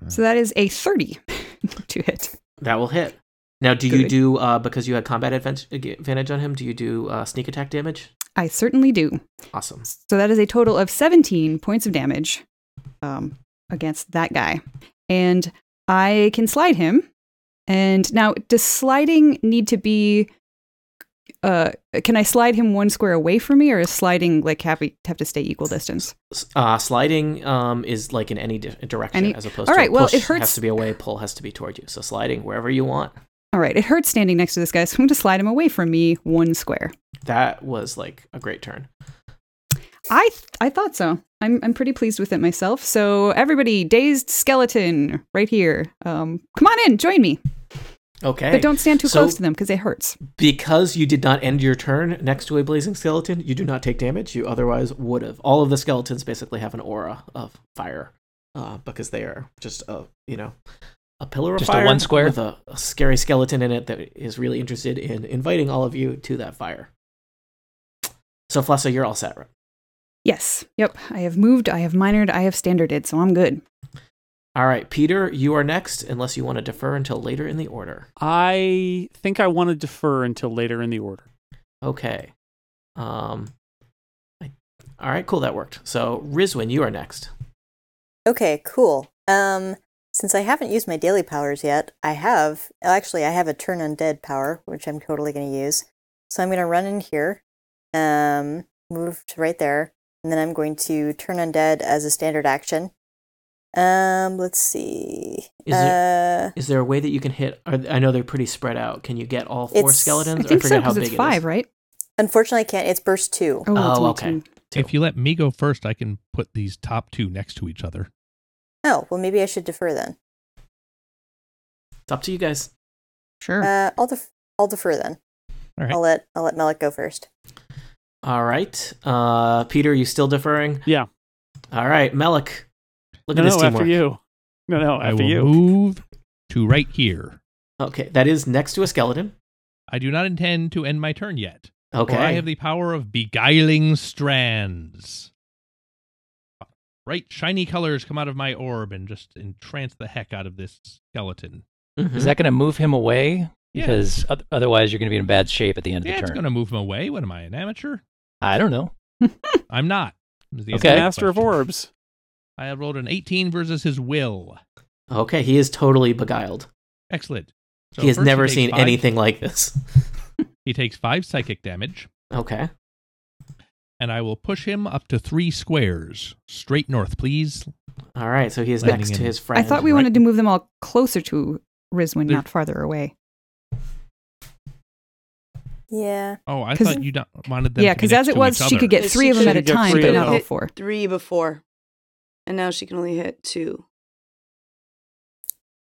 Speaker 4: So that is a 30 to hit.
Speaker 2: That will hit. Now, do you
Speaker 4: Good.
Speaker 2: do uh, because you had combat advan- advantage on him? Do you do uh, sneak attack damage?
Speaker 4: I certainly do.
Speaker 2: Awesome.
Speaker 4: So that is a total of 17 points of damage um, against that guy. And I can slide him. And now, does sliding need to be. Uh, can I slide him one square away from me, or is sliding like have, have to stay equal distance?
Speaker 2: S- Uh, sliding um, is like in any di- direction
Speaker 4: Any-
Speaker 2: as opposed
Speaker 4: All
Speaker 2: to
Speaker 4: right, well,
Speaker 2: push
Speaker 4: it hurts-
Speaker 2: has to be away, pull has to be toward you. So sliding wherever you want.
Speaker 4: All right, it hurts standing next to this guy, so I'm going to slide him away from me one square.
Speaker 2: That was like a great turn.
Speaker 4: I th- I thought so. I'm I'm pretty pleased with it myself. So everybody, dazed skeleton right here. Um, come on in, join me,
Speaker 2: Okay.
Speaker 4: but don't stand too
Speaker 2: so-
Speaker 4: close to them because it hurts.
Speaker 2: because you did not end your turn next to a blazing skeleton, you do not take damage. You otherwise would have. All of the skeletons basically have an aura of fire uh, because they are just a you know a pillar of
Speaker 6: Just a
Speaker 2: fire
Speaker 6: one square?
Speaker 2: with a, a scary skeleton in it that is really interested in inviting all of you to that fire. So Flessa, you're all set. Right?
Speaker 4: Yes. Yep. I have moved. I have minored. I have standarded. So I'm good.
Speaker 2: All right, Peter, you are next, unless you want to defer until later in the order.
Speaker 1: I think I want to defer until later in the order.
Speaker 2: Okay. Um. I- All right, cool. That worked. So Rizwin, you are next.
Speaker 7: Okay, cool. Um, since I haven't used my daily powers yet, I have oh, actually I have a turn undead power, which I'm totally going to use. So I'm going to run in here, um, move to right there, and then I'm going to turn undead as a standard action. Um, let's see.
Speaker 2: Is it-
Speaker 7: uh,
Speaker 2: Is there a way that you can hit? Are, I know they're pretty spread out. Can you get all four
Speaker 7: It's-
Speaker 2: skeletons?
Speaker 4: I think
Speaker 2: I
Speaker 4: so
Speaker 2: forget how
Speaker 4: because
Speaker 2: big
Speaker 4: it's
Speaker 2: it
Speaker 4: five,
Speaker 2: is.
Speaker 4: right?
Speaker 7: unfortunately, I can't. It's burst two.
Speaker 4: it's
Speaker 2: Oh,
Speaker 4: only
Speaker 2: okay.
Speaker 4: two.
Speaker 3: If you let me go first, I can put these top two next to each other.
Speaker 7: Oh, well, maybe I should defer then.
Speaker 2: It's up to you guys.
Speaker 4: Sure.
Speaker 7: Uh, I'll def- I'll defer then.
Speaker 3: All right.
Speaker 7: I'll let I'll let Melik go first.
Speaker 2: All right, uh, Peter, you still deferring?
Speaker 1: Yeah.
Speaker 2: All right, Melik. Look
Speaker 1: no,
Speaker 2: at this
Speaker 1: no,
Speaker 2: teamwork.
Speaker 1: after you. No, no,
Speaker 3: I
Speaker 1: after
Speaker 3: will
Speaker 1: you.
Speaker 3: move to right here.
Speaker 2: Okay, that is next to a skeleton.
Speaker 3: I do not intend to end my turn yet. for
Speaker 2: Okay.
Speaker 3: I have the power of beguiling strands. Bright, shiny colors come out of my orb and just entrance the heck out of this skeleton.
Speaker 2: Mhm.
Speaker 6: Is that going to move him away?
Speaker 3: Mm-hmm. Yeah.
Speaker 6: Because oth- otherwise, you're going to be in bad shape at the end of
Speaker 3: Yeah,
Speaker 6: the
Speaker 3: it's
Speaker 6: turn.
Speaker 3: going to move him away. What am I, an amateur?
Speaker 6: I don't know.
Speaker 3: I'm not. is the
Speaker 6: Okay.
Speaker 3: answer to that
Speaker 1: Master of
Speaker 3: question.
Speaker 1: orbs.
Speaker 3: I have rolled an 18 versus his will.
Speaker 2: okay, he is totally beguiled.
Speaker 3: Excellent. So
Speaker 2: he has
Speaker 3: first
Speaker 2: never
Speaker 3: takes
Speaker 2: seen
Speaker 3: five-
Speaker 2: anything like this.
Speaker 3: He takes five psychic damage,
Speaker 2: Okay.
Speaker 3: and I will push him up to three squares. Straight north, please.
Speaker 2: All right. So he is
Speaker 3: Landing
Speaker 2: next to
Speaker 3: in-
Speaker 2: his
Speaker 4: I
Speaker 2: friend.
Speaker 4: thought we
Speaker 3: Right.
Speaker 4: wanted to move them all closer to Riswin,
Speaker 3: There-
Speaker 4: not farther away.
Speaker 7: Yeah.
Speaker 3: Oh, I
Speaker 4: 'Cause-
Speaker 3: thought you don't, wanted them
Speaker 4: Yeah,
Speaker 3: to be
Speaker 4: because
Speaker 3: next
Speaker 4: as it
Speaker 3: to
Speaker 4: was,
Speaker 3: each
Speaker 4: she could
Speaker 3: other.
Speaker 4: get three of them
Speaker 5: She
Speaker 4: at a
Speaker 1: could get
Speaker 4: time,
Speaker 1: three
Speaker 4: but
Speaker 1: of
Speaker 4: not
Speaker 1: them.
Speaker 4: all
Speaker 5: Hit
Speaker 4: four.
Speaker 5: Three before. And now she can only hit two.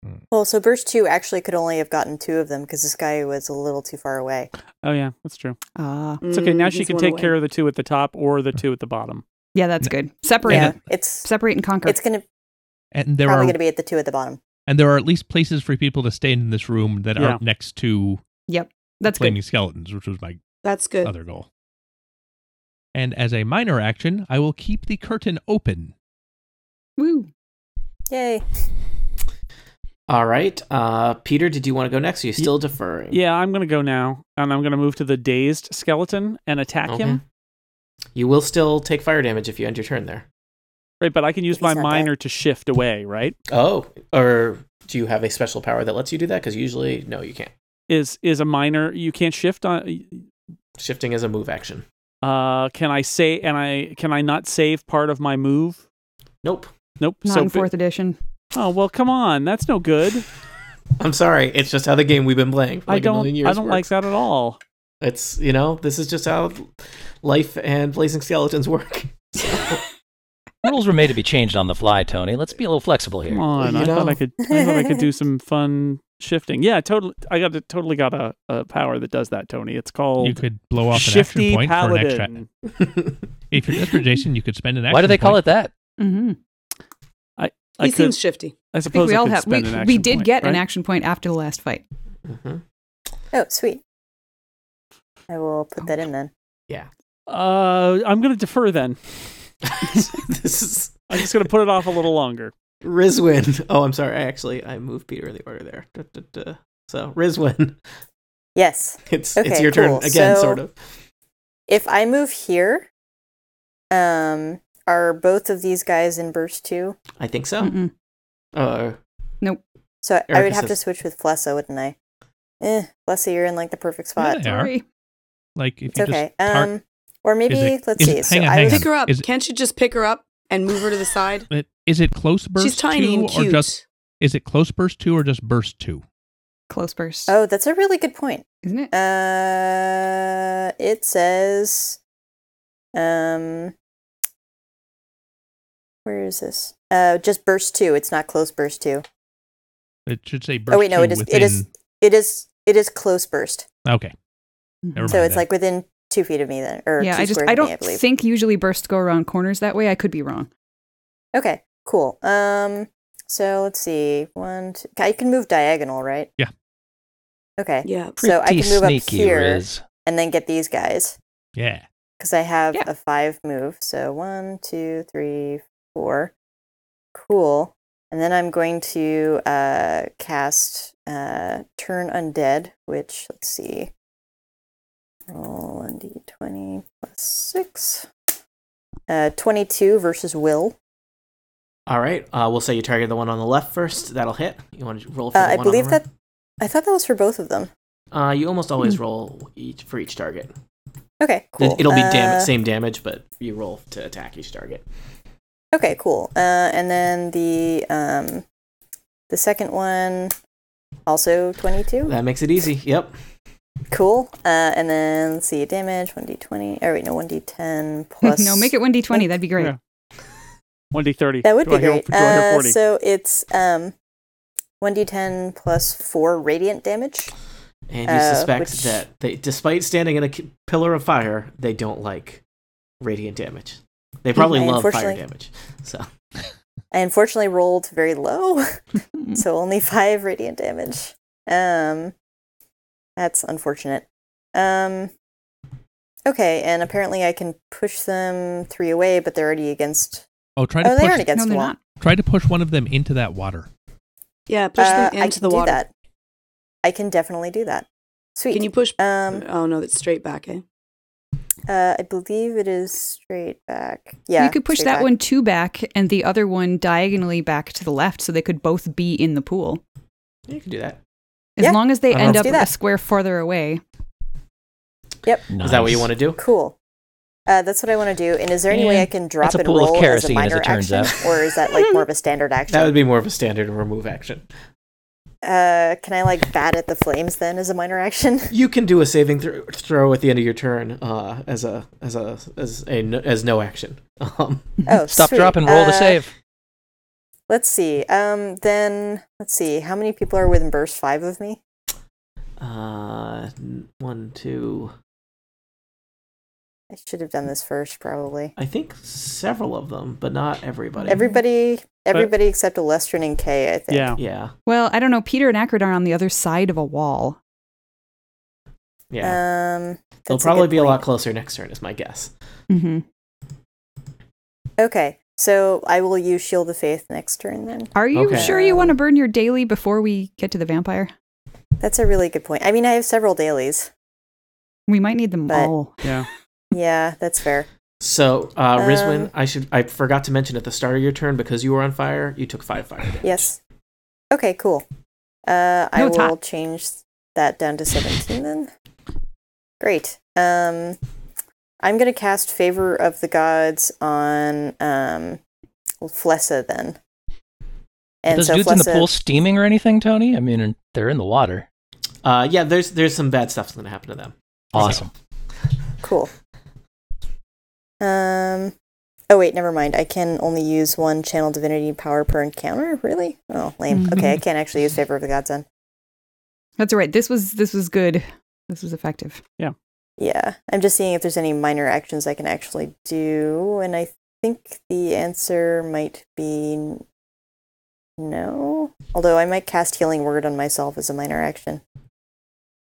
Speaker 2: Hmm.
Speaker 7: Well, so Birch 2 actually could only have gotten two of them because this guy was a little too far away.
Speaker 1: Oh yeah, that's true.
Speaker 4: Ah,
Speaker 1: It's okay. Now
Speaker 5: Mm,
Speaker 1: she
Speaker 5: he's
Speaker 1: can
Speaker 5: one
Speaker 1: take
Speaker 5: away.
Speaker 1: care of the two at the top or the two at the bottom.
Speaker 4: yeah, that's good. Separate,
Speaker 7: Yeah.
Speaker 4: it.
Speaker 7: It's
Speaker 4: separate and conquer.
Speaker 7: it's gonna
Speaker 3: and there
Speaker 7: probably
Speaker 3: are
Speaker 7: gonna be at the two at the bottom.
Speaker 3: and there are at least places for people to stand in this room that
Speaker 1: Yeah.
Speaker 3: aren't next to
Speaker 4: that's
Speaker 3: flaming
Speaker 4: good.
Speaker 3: skeletons, which was my
Speaker 5: That's good.
Speaker 3: other goal. And as a minor action, I will keep the curtain open.
Speaker 4: Woo.
Speaker 7: Yay.
Speaker 2: All right. Uh, Peter, did you want to go next? Or you still deferring?
Speaker 1: Yeah, I'm gonna go now, and I'm gonna move to the dazed skeleton and attack
Speaker 2: Okay.
Speaker 1: him.
Speaker 2: You will still take fire damage if you end your turn there.
Speaker 1: Right, but I can use
Speaker 7: He's
Speaker 1: my
Speaker 7: not dead.
Speaker 1: minor to shift away. Right?
Speaker 2: Oh, or do you have a special power that lets you do that? Because usually, no, you can't.
Speaker 1: Is is a minor? You can't shift on.
Speaker 2: Shifting is a move action.
Speaker 1: Uh, can I say? And I can I not save part of my move?
Speaker 2: Nope.
Speaker 1: Nope.
Speaker 4: Not
Speaker 1: so
Speaker 4: in
Speaker 1: fi-
Speaker 4: fourth edition.
Speaker 1: Oh well, come on. That's no good.
Speaker 2: I'm sorry. It's just how the game we've been playing for
Speaker 1: I
Speaker 2: like a
Speaker 1: don't.
Speaker 2: million years.
Speaker 1: I don't like that at all.
Speaker 2: that. It's you know, this is just how life and blazing skeletons work.
Speaker 6: Rules were made to be changed on the fly, Tony. Let's be a little flexible
Speaker 1: Come
Speaker 6: here.
Speaker 1: on.
Speaker 2: You
Speaker 1: I thought
Speaker 2: know.
Speaker 1: I could. I thought I could do some fun shifting. Yeah, totally. I got to, totally got a, a power that does that, Tony. It's called
Speaker 3: You could blow off an
Speaker 1: Shifty
Speaker 3: action point
Speaker 1: Paladin.
Speaker 3: for an extra. If you're desperate, Jason, you could spend an action.
Speaker 6: Why do they call it that?
Speaker 4: Mm-hmm.
Speaker 5: he
Speaker 1: I could.
Speaker 5: seems shifty.
Speaker 1: I
Speaker 4: I think
Speaker 1: suppose
Speaker 4: we
Speaker 1: I
Speaker 4: all
Speaker 1: could
Speaker 4: have. We,
Speaker 1: spend an action
Speaker 4: we did
Speaker 1: point,
Speaker 4: get an
Speaker 1: right?
Speaker 4: action point after the last fight.
Speaker 2: Mhm.
Speaker 7: Oh, sweet. I will put that in then.
Speaker 1: Uh, I'm gonna defer then.
Speaker 2: this is
Speaker 1: I'm just gonna put it off a little longer.
Speaker 2: Rizwin. Oh, I'm sorry. I actually I moved Peter in the order there. Duh, duh, duh. So Rizwin,
Speaker 7: Yes.
Speaker 2: it's it's
Speaker 7: Okay,
Speaker 2: your
Speaker 7: cool.
Speaker 2: turn again,
Speaker 7: So-
Speaker 2: sort of.
Speaker 7: If I move here, um, are both of these guys in Birch 2?
Speaker 2: I think so.
Speaker 4: Mm-mm.
Speaker 2: Uh,
Speaker 7: So I
Speaker 2: Erica
Speaker 7: would have to
Speaker 2: says-
Speaker 7: switch with Flessa, wouldn't I? Eh, Flessa, you're in like the perfect spot.
Speaker 3: Yeah, They are.
Speaker 4: Sorry.
Speaker 3: Like, if
Speaker 7: It's
Speaker 3: you
Speaker 7: okay.
Speaker 3: just tar-
Speaker 7: Um, or maybe
Speaker 3: it-
Speaker 7: let's
Speaker 3: is
Speaker 7: see.
Speaker 3: it-
Speaker 7: so
Speaker 3: hang on,
Speaker 7: I
Speaker 3: hang
Speaker 7: was
Speaker 3: on.
Speaker 5: Pick her up.
Speaker 3: Is it-
Speaker 5: Can't you just pick her up and move her to the side?
Speaker 3: But is it close burst
Speaker 5: She's tiny
Speaker 3: two
Speaker 5: and cute.
Speaker 3: or just is it close burst two or just burst two?
Speaker 4: Close burst,
Speaker 7: Oh, that's a really good point.
Speaker 4: isn't it?
Speaker 7: Uh, it says, um, where is this? Uh, just burst two. It's not close burst two.
Speaker 3: It should say burst.
Speaker 7: Oh wait, no,
Speaker 3: two
Speaker 7: it is.
Speaker 3: Within,
Speaker 7: It is. It is. It is close burst.
Speaker 3: Okay, never
Speaker 7: So
Speaker 3: mind
Speaker 7: it's
Speaker 3: then.
Speaker 7: like within two feet of me then, or
Speaker 4: Mm-hmm. yeah,
Speaker 7: two
Speaker 4: I just
Speaker 7: squares
Speaker 4: I
Speaker 7: of me,
Speaker 4: don't
Speaker 7: believe.
Speaker 4: think usually bursts go around corners that way. I could be wrong.
Speaker 7: Okay, cool. Um, so let's see. One, two, I can move diagonal, right?
Speaker 3: Yeah.
Speaker 7: Okay,
Speaker 5: Yeah.
Speaker 7: So I
Speaker 6: Pretty
Speaker 7: can move up
Speaker 6: sneaky,
Speaker 7: here.
Speaker 6: Riz.
Speaker 7: and then get these guys
Speaker 3: yeah.
Speaker 7: because I have
Speaker 4: Yeah.
Speaker 7: a five move. So one, two, three, four. Cool. And then I'm going to uh, cast uh, Turn Undead, which let's see. Roll 1d20 plus 6. Uh, 22 versus Will.
Speaker 2: all right. Uh, we'll say you target the one on the left first. That'll hit. You want to roll for
Speaker 7: Uh,
Speaker 2: the
Speaker 7: I
Speaker 2: one on the
Speaker 7: believe
Speaker 2: right?
Speaker 7: that. I thought that was for both of them.
Speaker 2: Uh, you almost always roll each for each target.
Speaker 7: Hmm. Okay,
Speaker 2: It-
Speaker 7: cool.
Speaker 2: It'll be
Speaker 7: Uh,
Speaker 2: damage, same damage, but you roll to attack each target.
Speaker 7: Okay, cool. Uh, and then the um, the second one, also 22.
Speaker 2: That makes it easy. Yep.
Speaker 7: Cool. Uh, and then let's see damage one d twenty. Oh wait, no one d ten plus.
Speaker 4: no, make it one d twenty. That'd be great.
Speaker 1: Yeah. One d thirty.
Speaker 7: That would
Speaker 1: do
Speaker 7: be
Speaker 1: I hear,
Speaker 7: great.
Speaker 1: Do I hear
Speaker 7: Uh,
Speaker 1: 40?
Speaker 7: so it's um, one d ten plus four radiant damage.
Speaker 2: And you
Speaker 7: Uh,
Speaker 2: suspect
Speaker 7: which-
Speaker 2: that they, despite standing in a c- pillar of fire, they don't like radiant damage. They probably
Speaker 7: I
Speaker 2: love fire
Speaker 7: unfortunately-
Speaker 2: damage. So
Speaker 7: I unfortunately rolled very low, so only five radiant damage. Um, that's unfortunate. Um, okay, and apparently I can push them three away, but they're already against.
Speaker 3: Oh, try to
Speaker 7: Oh, they're
Speaker 3: push.
Speaker 7: already
Speaker 4: no,
Speaker 7: against
Speaker 4: they're
Speaker 7: wall.
Speaker 4: not.
Speaker 3: Try to push one of them into that water.
Speaker 5: Yeah, push
Speaker 7: Uh,
Speaker 5: them
Speaker 7: I
Speaker 5: into
Speaker 7: can
Speaker 5: the
Speaker 7: do
Speaker 5: water.
Speaker 7: that. I can definitely do that. Sweet.
Speaker 5: Can you push
Speaker 7: Um,
Speaker 5: Oh no, that's straight back, eh?
Speaker 7: Uh, I believe it is straight back. Yeah,
Speaker 4: you could push
Speaker 7: straight
Speaker 4: that
Speaker 7: back.
Speaker 4: one two back and the other one diagonally back to the left, so they could both be in the pool.
Speaker 2: you can do that.
Speaker 4: As
Speaker 7: Yeah.
Speaker 4: long as they
Speaker 2: Uh-huh.
Speaker 4: end
Speaker 7: Let's
Speaker 4: up
Speaker 7: do that.
Speaker 4: a square farther away.
Speaker 2: Is that what you want to do?
Speaker 7: Cool. Uh, that's what I want to do. And is there any way
Speaker 6: Yeah,
Speaker 7: I can drop
Speaker 6: that's a
Speaker 7: and
Speaker 6: pool of
Speaker 7: roll as a
Speaker 6: kerosene, as
Speaker 7: minor
Speaker 6: it turns
Speaker 7: action, or is that like more of a standard action?
Speaker 2: That would be more of a standard and remove action.
Speaker 7: uh, can I like bat at the flames then as a minor action?
Speaker 2: You can do a saving thro- throw at the end of your turn uh, as a as a as a no, as no action. Um,
Speaker 7: Oh,
Speaker 6: Stop,
Speaker 7: sweet.
Speaker 6: drop, and roll to
Speaker 7: Uh,
Speaker 6: save.
Speaker 7: Let's see. Um, then let's see. How many people are within burst five of me?
Speaker 2: uh, n- one, two.
Speaker 7: I should have done this first, probably.
Speaker 2: I think several of them, but not everybody.
Speaker 7: Everybody, everybody except Alestrin and Kay, I think.
Speaker 1: Yeah.
Speaker 2: yeah,
Speaker 4: Well, I don't know. Peter and Akrid are on the other side of a wall.
Speaker 2: yeah.
Speaker 7: Um,
Speaker 2: They'll
Speaker 7: that's
Speaker 2: probably
Speaker 7: good
Speaker 2: be a
Speaker 7: point.
Speaker 2: lot closer next turn, is my guess.
Speaker 4: Mm-hmm.
Speaker 7: Okay, so I will use Shield of Faith next turn then.
Speaker 4: Are you
Speaker 2: Okay.
Speaker 4: sure you want to burn your daily before we get to the vampire?
Speaker 7: That's a really good point. I mean, I have several dailies.
Speaker 4: We might need them
Speaker 7: But-
Speaker 4: all.
Speaker 1: Yeah.
Speaker 7: Yeah, that's fair.
Speaker 2: So, uh, Rizwin,
Speaker 7: Um,
Speaker 2: I should I forgot to mention at the start of your turn because you were on fire, you took five fire damage.
Speaker 7: Yes. Okay, cool. Uh, I
Speaker 4: No,
Speaker 7: will
Speaker 4: it's hot.
Speaker 7: change that down to 17 then. Great. Um, I'm going to cast Favor of the Gods on um, Flessa then.
Speaker 6: Are
Speaker 7: And
Speaker 6: Those
Speaker 7: so
Speaker 6: dudes
Speaker 7: Flessa,
Speaker 6: in the pool steaming or anything, Tony? I mean, they're in the water.
Speaker 2: Uh, yeah, there's there's some bad stuff that's gonna happen to them.
Speaker 6: Awesome.
Speaker 7: Cool. Um. Oh wait, never mind. I can only use one channel divinity power per encounter. Really? Oh, lame. Okay, I
Speaker 6: Mm-hmm.
Speaker 7: can't actually use favor of the gods then.
Speaker 4: That's all right. This was this was good. This was effective.
Speaker 7: Yeah, I'm just seeing if there's any minor actions I can actually do, and I think the answer might be n- no. Although I might cast healing word on myself as a minor action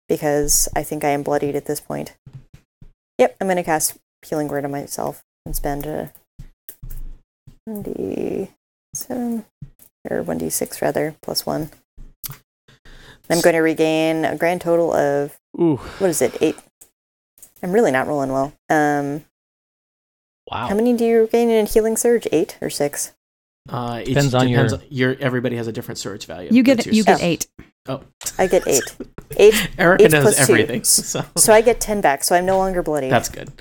Speaker 7: because I think I am bloodied at this point. Yep, I'm going to cast healing word on myself and spend a 1d7 or 1d6 rather plus 1. I'm going to regain a grand total of
Speaker 1: Ooh.
Speaker 7: what is it? Eight. I'm really not rolling well. Um,
Speaker 6: Wow.
Speaker 7: how many do you gain in a healing surge? Eight or six?
Speaker 2: Uh, it
Speaker 6: Depends on
Speaker 2: depends
Speaker 6: your-
Speaker 2: on your. Everybody has a different surge value.
Speaker 4: You get
Speaker 2: That's your
Speaker 4: you get
Speaker 2: surge.
Speaker 4: eight.
Speaker 2: Oh,
Speaker 7: I get eight. Eight.
Speaker 2: Erica
Speaker 7: Eight
Speaker 2: knows
Speaker 7: plus two.
Speaker 2: everything, so
Speaker 7: So I get ten back. So I'm no longer bloody.
Speaker 2: that's good.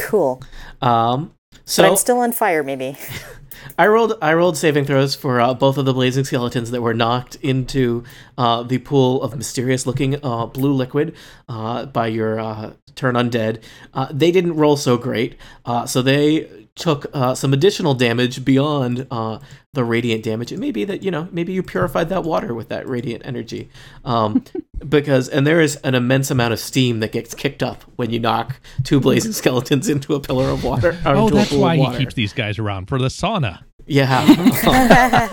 Speaker 7: cool.
Speaker 2: Um,
Speaker 7: but
Speaker 2: so
Speaker 7: I'm still on fire. Maybe.
Speaker 2: I rolled I rolled saving throws for uh, both of the blazing skeletons that were knocked into uh, the pool of mysterious looking uh, blue liquid uh, by your uh, turn undead. Uh, they didn't roll so great, uh, so they took uh, some additional damage beyond uh, the radiant damage. It may be that you know maybe you purified that water with that radiant energy, um, because and there is an immense amount of steam that gets kicked up when you knock two blazing skeletons into a pillar of water. Or
Speaker 3: Oh,
Speaker 2: into
Speaker 3: that's
Speaker 2: a pool
Speaker 3: why
Speaker 2: of
Speaker 3: he
Speaker 2: water.
Speaker 3: keeps these guys around for the sauna.
Speaker 2: Yeah.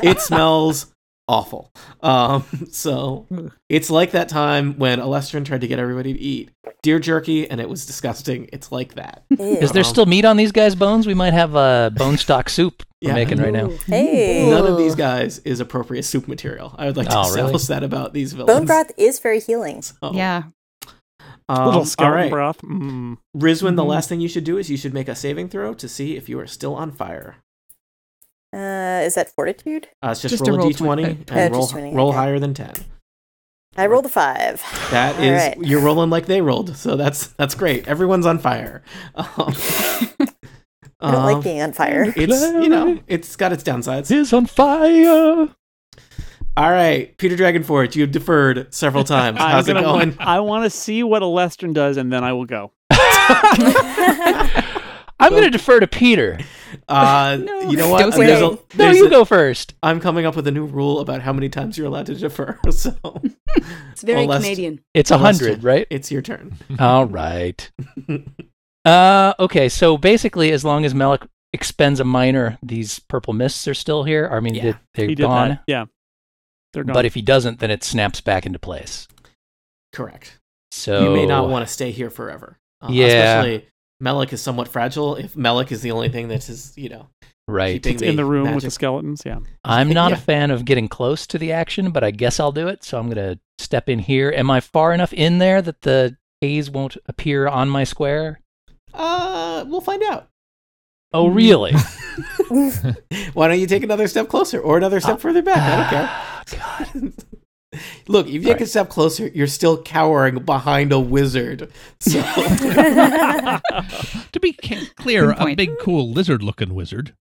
Speaker 2: it smells awful. Um, so it's like that time when Alestrin tried to get everybody to eat deer jerky and it was disgusting. It's like that. Um,
Speaker 6: Is there
Speaker 2: Uh-oh.
Speaker 6: still meat on these guys' bones? We might have uh, bone stock soup we're
Speaker 2: Yeah.
Speaker 6: making right now.
Speaker 7: Hey.
Speaker 2: None of these guys is appropriate soup material. I would like to
Speaker 6: Oh, really?
Speaker 2: establish that about these villains.
Speaker 7: Bone broth is very healing.
Speaker 2: So,
Speaker 4: Yeah.
Speaker 2: um,
Speaker 1: Little
Speaker 2: all
Speaker 1: skeleton
Speaker 2: right.
Speaker 1: broth. Mm.
Speaker 2: Rizwin, the
Speaker 7: Mm-hmm.
Speaker 4: Mhm.
Speaker 2: last thing you should do is you should make a saving throw to see if you are still on fire.
Speaker 7: Uh, is that fortitude?
Speaker 2: Uh, it's just,
Speaker 4: Just a
Speaker 2: roll a
Speaker 4: roll
Speaker 2: d20
Speaker 4: twen-
Speaker 2: and
Speaker 7: uh, just
Speaker 2: roll,
Speaker 7: 20,
Speaker 2: roll
Speaker 7: okay.
Speaker 2: higher than 10.
Speaker 7: I rolled a five.
Speaker 2: That
Speaker 7: All
Speaker 2: is-
Speaker 7: right.
Speaker 2: you're rolling like they rolled, so that's that's great. Everyone's on fire. Um,
Speaker 7: I don't
Speaker 2: um,
Speaker 7: like being on fire.
Speaker 2: It's you know, it's got its downsides.
Speaker 6: Is on fire.
Speaker 2: All right, Peter Dragonforge, you've deferred several times.
Speaker 1: I'm
Speaker 2: How's it
Speaker 1: gonna-
Speaker 2: going?
Speaker 1: I want to see what a Lestern does, and then I will go.
Speaker 6: I'm going to defer to Peter.
Speaker 2: Uh, You know what?
Speaker 4: Don't
Speaker 2: There's
Speaker 7: say
Speaker 2: a-
Speaker 7: it.
Speaker 6: No,
Speaker 2: there's
Speaker 6: you
Speaker 2: a-
Speaker 6: go first.
Speaker 2: I'm coming up with a new rule about how many times you're allowed to defer. So
Speaker 5: It's very
Speaker 2: Well, let's-
Speaker 5: Canadian.
Speaker 6: It's a hundred,
Speaker 2: Alestrin,
Speaker 6: right?
Speaker 2: It's your turn.
Speaker 6: All right. uh, okay, so basically, as long as Malik expends a minor, these purple mists are still here. I mean,
Speaker 2: Yeah.
Speaker 6: they- they're
Speaker 1: He did
Speaker 6: gone.
Speaker 1: that. Yeah. They're gone.
Speaker 6: But if he doesn't, then it snaps back into place.
Speaker 2: Correct.
Speaker 6: So
Speaker 2: You may not want to stay here forever. Uh,
Speaker 6: Yeah.
Speaker 2: Especially Melik is somewhat fragile. If Melik is the only thing that is, you know,
Speaker 6: Right.
Speaker 2: keeping
Speaker 1: it's in the room with the
Speaker 2: magic-
Speaker 1: skeletons. Yeah.
Speaker 6: I'm not
Speaker 2: Yeah.
Speaker 6: a fan of getting close to the action, but I guess I'll do it. So I'm going to step in here. Am I far enough in there that the haze won't appear on my square?
Speaker 2: Uh, we'll find out.
Speaker 6: Oh, really?
Speaker 3: Uh, ah,
Speaker 2: Why don't you take another step closer or another step further back? I don't care.
Speaker 6: God.
Speaker 2: Look, if you take a step closer, you're still cowering behind a wizard. So
Speaker 3: to be ca- clear,
Speaker 4: Good
Speaker 3: a
Speaker 4: point.
Speaker 3: big, cool lizard looking wizard.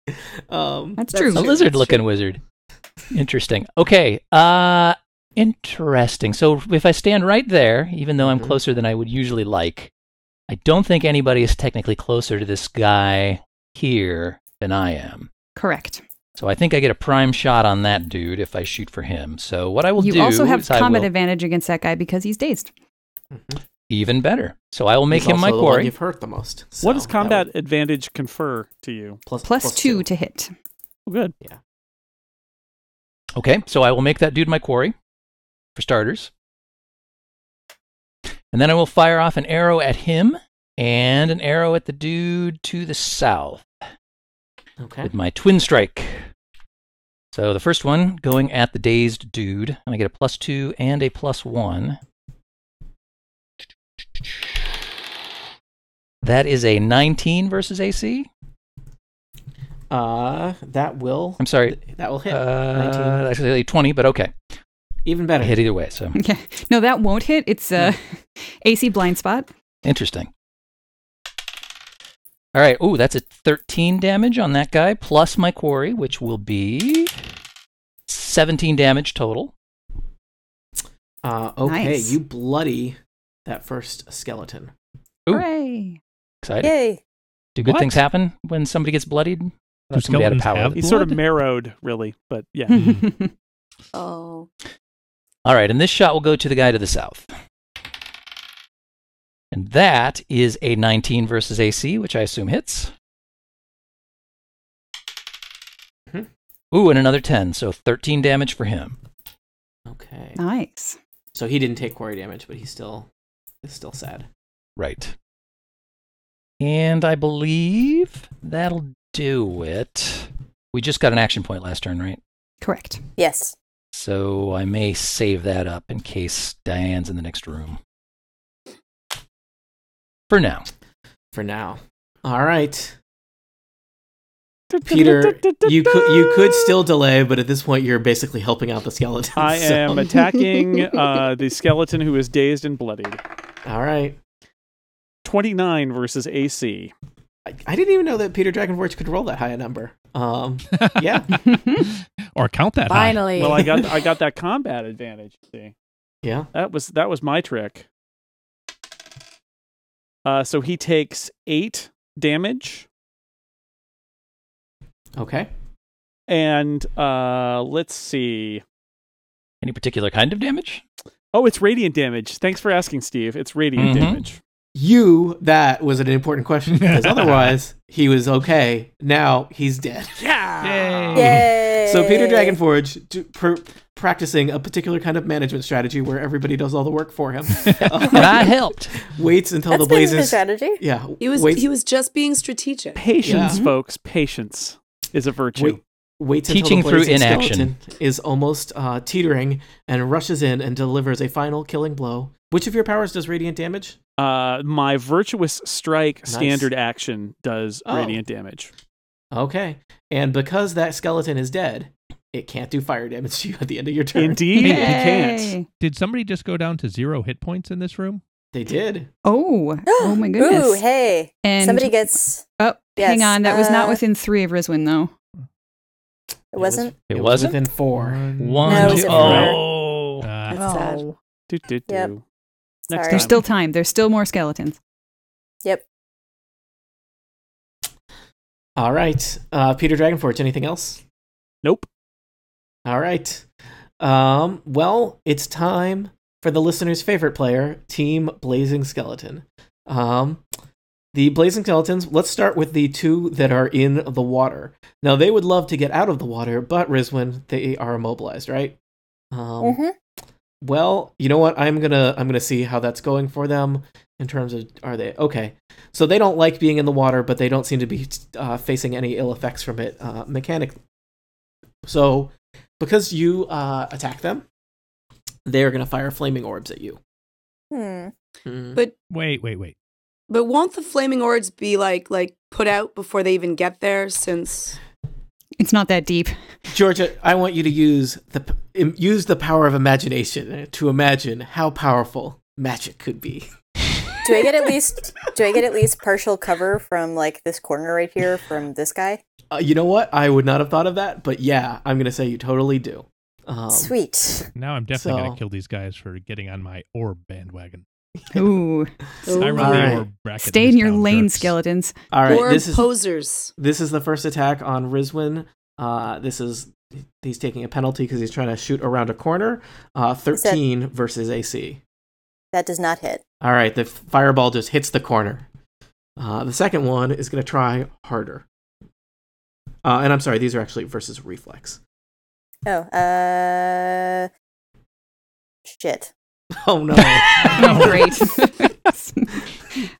Speaker 2: um,
Speaker 4: That's
Speaker 5: That's
Speaker 4: true.
Speaker 5: true.
Speaker 6: a lizard looking wizard. Interesting. Okay. Uh interesting. So if I stand right there, even though I'm
Speaker 2: Mhm.
Speaker 6: closer than I would usually like, I don't think anybody is technically closer to this guy here than I am.
Speaker 4: Correct.
Speaker 6: So I think I get a prime shot on that dude if I shoot for him. So what I will
Speaker 4: you
Speaker 6: do
Speaker 4: also have
Speaker 6: is I
Speaker 4: combat
Speaker 6: will
Speaker 4: advantage against that guy because he's dazed.
Speaker 6: even better. So I will make
Speaker 2: he's
Speaker 6: him my
Speaker 2: also the one
Speaker 6: quarry.
Speaker 2: You've hurt the most.
Speaker 1: what
Speaker 2: so
Speaker 1: does
Speaker 2: that
Speaker 1: combat
Speaker 2: would-
Speaker 1: advantage confer to you?
Speaker 2: plus,
Speaker 4: Plus, plus two, to hit.
Speaker 1: Oh, good.
Speaker 6: Okay, so I will make that dude my quarry, for starters. And then I will fire off an arrow at him and an arrow at the dude to the south
Speaker 2: Okay.
Speaker 6: with my twin strike. So the first one going at the dazed dude, and I get a plus two and a plus one. That is a 19 versus AC.
Speaker 2: Uh, that will.
Speaker 6: I'm sorry.
Speaker 2: That will hit.
Speaker 6: Uh,
Speaker 2: 19.
Speaker 6: actually 20, but okay.
Speaker 2: Even better.
Speaker 6: Hit either way. So
Speaker 4: Yeah. No, that won't hit. It's uh, AC blind spot.
Speaker 6: Interesting. All right. Ooh, that's a 13 damage on that guy, plus my quarry, which will be 17 damage total.
Speaker 2: Uh, okay,
Speaker 4: Nice.
Speaker 2: you bloody that first skeleton.
Speaker 6: Ooh.
Speaker 4: Hooray.
Speaker 6: Excited.
Speaker 7: Yay.
Speaker 6: Do good
Speaker 3: What?
Speaker 6: things happen when somebody gets bloodied? I
Speaker 3: Do
Speaker 6: thought somebody had a
Speaker 3: skeletons
Speaker 6: power
Speaker 3: have
Speaker 6: that-
Speaker 1: He's sort of
Speaker 3: blood?
Speaker 1: marrowed, really, but yeah.
Speaker 5: Oh.
Speaker 6: All right, and this shot will go to the guy to the south. And that is a 19 versus AC, which I assume hits.
Speaker 2: Mhm.
Speaker 6: Ooh, and another 10, so 13 damage for him.
Speaker 2: Okay.
Speaker 4: nice.
Speaker 2: So he didn't take quarry damage, but he's still is still sad.
Speaker 6: Right. And I believe that'll do it. We just got an action point last turn, right?
Speaker 4: Correct. Oh
Speaker 7: Yes.
Speaker 6: So I may save that up in case Diane's in the next room. For now.
Speaker 2: For now. All right. Peter, you could you could still delay, but at this point you're basically helping out the skeleton.
Speaker 1: I
Speaker 2: so-
Speaker 1: am attacking uh, the skeleton who is dazed and bloodied.
Speaker 2: All right.
Speaker 1: 29 versus AC.
Speaker 2: I, I didn't even know that Peter Dragonforge could roll that high a number. Um, yeah,
Speaker 3: or count that. high.
Speaker 8: Finally.
Speaker 1: Well, I got I got that combat advantage. See,
Speaker 2: yeah.
Speaker 1: that was that was my trick. Uh, so he takes eight damage,
Speaker 2: Okay.
Speaker 1: and uh, let's see.
Speaker 6: Any particular kind of damage?
Speaker 1: Oh, it's radiant damage. Thanks for asking, Steve. It's radiant
Speaker 6: Mhm.
Speaker 1: damage.
Speaker 2: You that was an important question because otherwise he was okay. Now he's dead.
Speaker 3: Yay.
Speaker 7: Yay.
Speaker 2: So Peter Dragonforge do, per, practicing a particular kind of management strategy where everybody does all the work for him. Um,
Speaker 6: and I helped.
Speaker 2: waits until
Speaker 7: That's
Speaker 2: the
Speaker 7: been the
Speaker 2: blazes.
Speaker 7: strategy.
Speaker 2: Yeah,
Speaker 5: He was
Speaker 2: waits,
Speaker 5: he was just being strategic.
Speaker 1: Patience,
Speaker 2: Yeah.
Speaker 1: folks. Patience is a virtue.
Speaker 2: wait, waits
Speaker 6: Teaching
Speaker 2: until the
Speaker 6: through
Speaker 2: blazing
Speaker 6: inaction.
Speaker 2: skeleton is almost uh, teetering and rushes in and delivers a final killing blow. Which of your powers does radiant damage?
Speaker 1: Uh, my virtuous strike
Speaker 2: Nice.
Speaker 1: standard action does
Speaker 2: Oh.
Speaker 1: radiant damage.
Speaker 2: Okay, and because that skeleton is dead, it can't do fire damage to you at the end of your turn.
Speaker 1: Indeed, he can't.
Speaker 4: Yay.
Speaker 3: Did somebody just go down to zero hit points in this room?
Speaker 2: They did.
Speaker 4: Oh. Oh my goodness.
Speaker 7: Ooh, hey.
Speaker 4: and
Speaker 7: Somebody gets.
Speaker 4: oh,
Speaker 7: yes,
Speaker 4: hang on. That was not
Speaker 7: uh,
Speaker 4: within three of Riswin though.
Speaker 7: It wasn't.
Speaker 6: It
Speaker 2: was
Speaker 6: wasn't?
Speaker 2: within four.
Speaker 6: One,
Speaker 7: No,
Speaker 6: two-
Speaker 7: it's a
Speaker 6: oh.
Speaker 3: Uh,
Speaker 5: That's sad.
Speaker 8: Oh.
Speaker 1: Do, do, do.
Speaker 7: Yep.
Speaker 1: Next
Speaker 7: Sorry.
Speaker 1: time.
Speaker 4: There's still time. There's still more skeletons.
Speaker 7: Yep.
Speaker 2: All right, uh, Peter Dragonforge. Anything else?
Speaker 1: Nope.
Speaker 2: All right. Um, well, it's time for the listener's favorite player, Team Blazing Skeleton. Um, the Blazing Skeletons, let's start with the two that are in the water. Now, they would love to get out of the water, but Rizwin, they are immobilized, right? Um,
Speaker 7: Mhm.
Speaker 2: well, you know what? I'm gonna I'm gonna see how that's going for them in terms of are they okay? So they don't like being in the water, but they don't seem to be uh, facing any ill effects from it uh, mechanically. So because you uh, attack them, they are gonna fire flaming orbs at you.
Speaker 7: Hmm.
Speaker 3: wait, wait, wait.
Speaker 5: But won't the flaming orbs be like like put out before they even get there since
Speaker 4: It's not that deep.
Speaker 2: Georgia, I want you to use the p- im- use the power of imagination to imagine how powerful magic could be.
Speaker 7: Do I get at least do I get at least partial cover from like this corner right here from this guy?
Speaker 2: Uh, you know what? I would not have thought of that, but yeah, I'm gonna say you totally do. Um,
Speaker 7: Sweet.
Speaker 3: Now I'm definitely
Speaker 2: So-
Speaker 3: gonna kill these guys for getting on my orb bandwagon.
Speaker 4: Ooh.
Speaker 5: Ooh.
Speaker 3: I run
Speaker 2: All
Speaker 3: the
Speaker 2: right.
Speaker 3: orb bracket.
Speaker 4: Stay
Speaker 3: these
Speaker 4: in your
Speaker 3: town
Speaker 4: lane,
Speaker 3: jerks.
Speaker 4: skeletons.
Speaker 2: All right,
Speaker 5: or
Speaker 2: this is
Speaker 5: posers.
Speaker 2: this is the first attack on Rizwin. Uh, this is he's taking a penalty because he's trying to shoot around a corner. Uh,
Speaker 7: Is that-
Speaker 2: Thirteen versus AC.
Speaker 7: That does not hit.
Speaker 2: All right, the fireball just hits the corner. Uh, the second one is going to try harder. Uh, and I'm sorry, these are actually versus reflex.
Speaker 7: Oh, uh shit.
Speaker 2: Oh no!
Speaker 4: Great.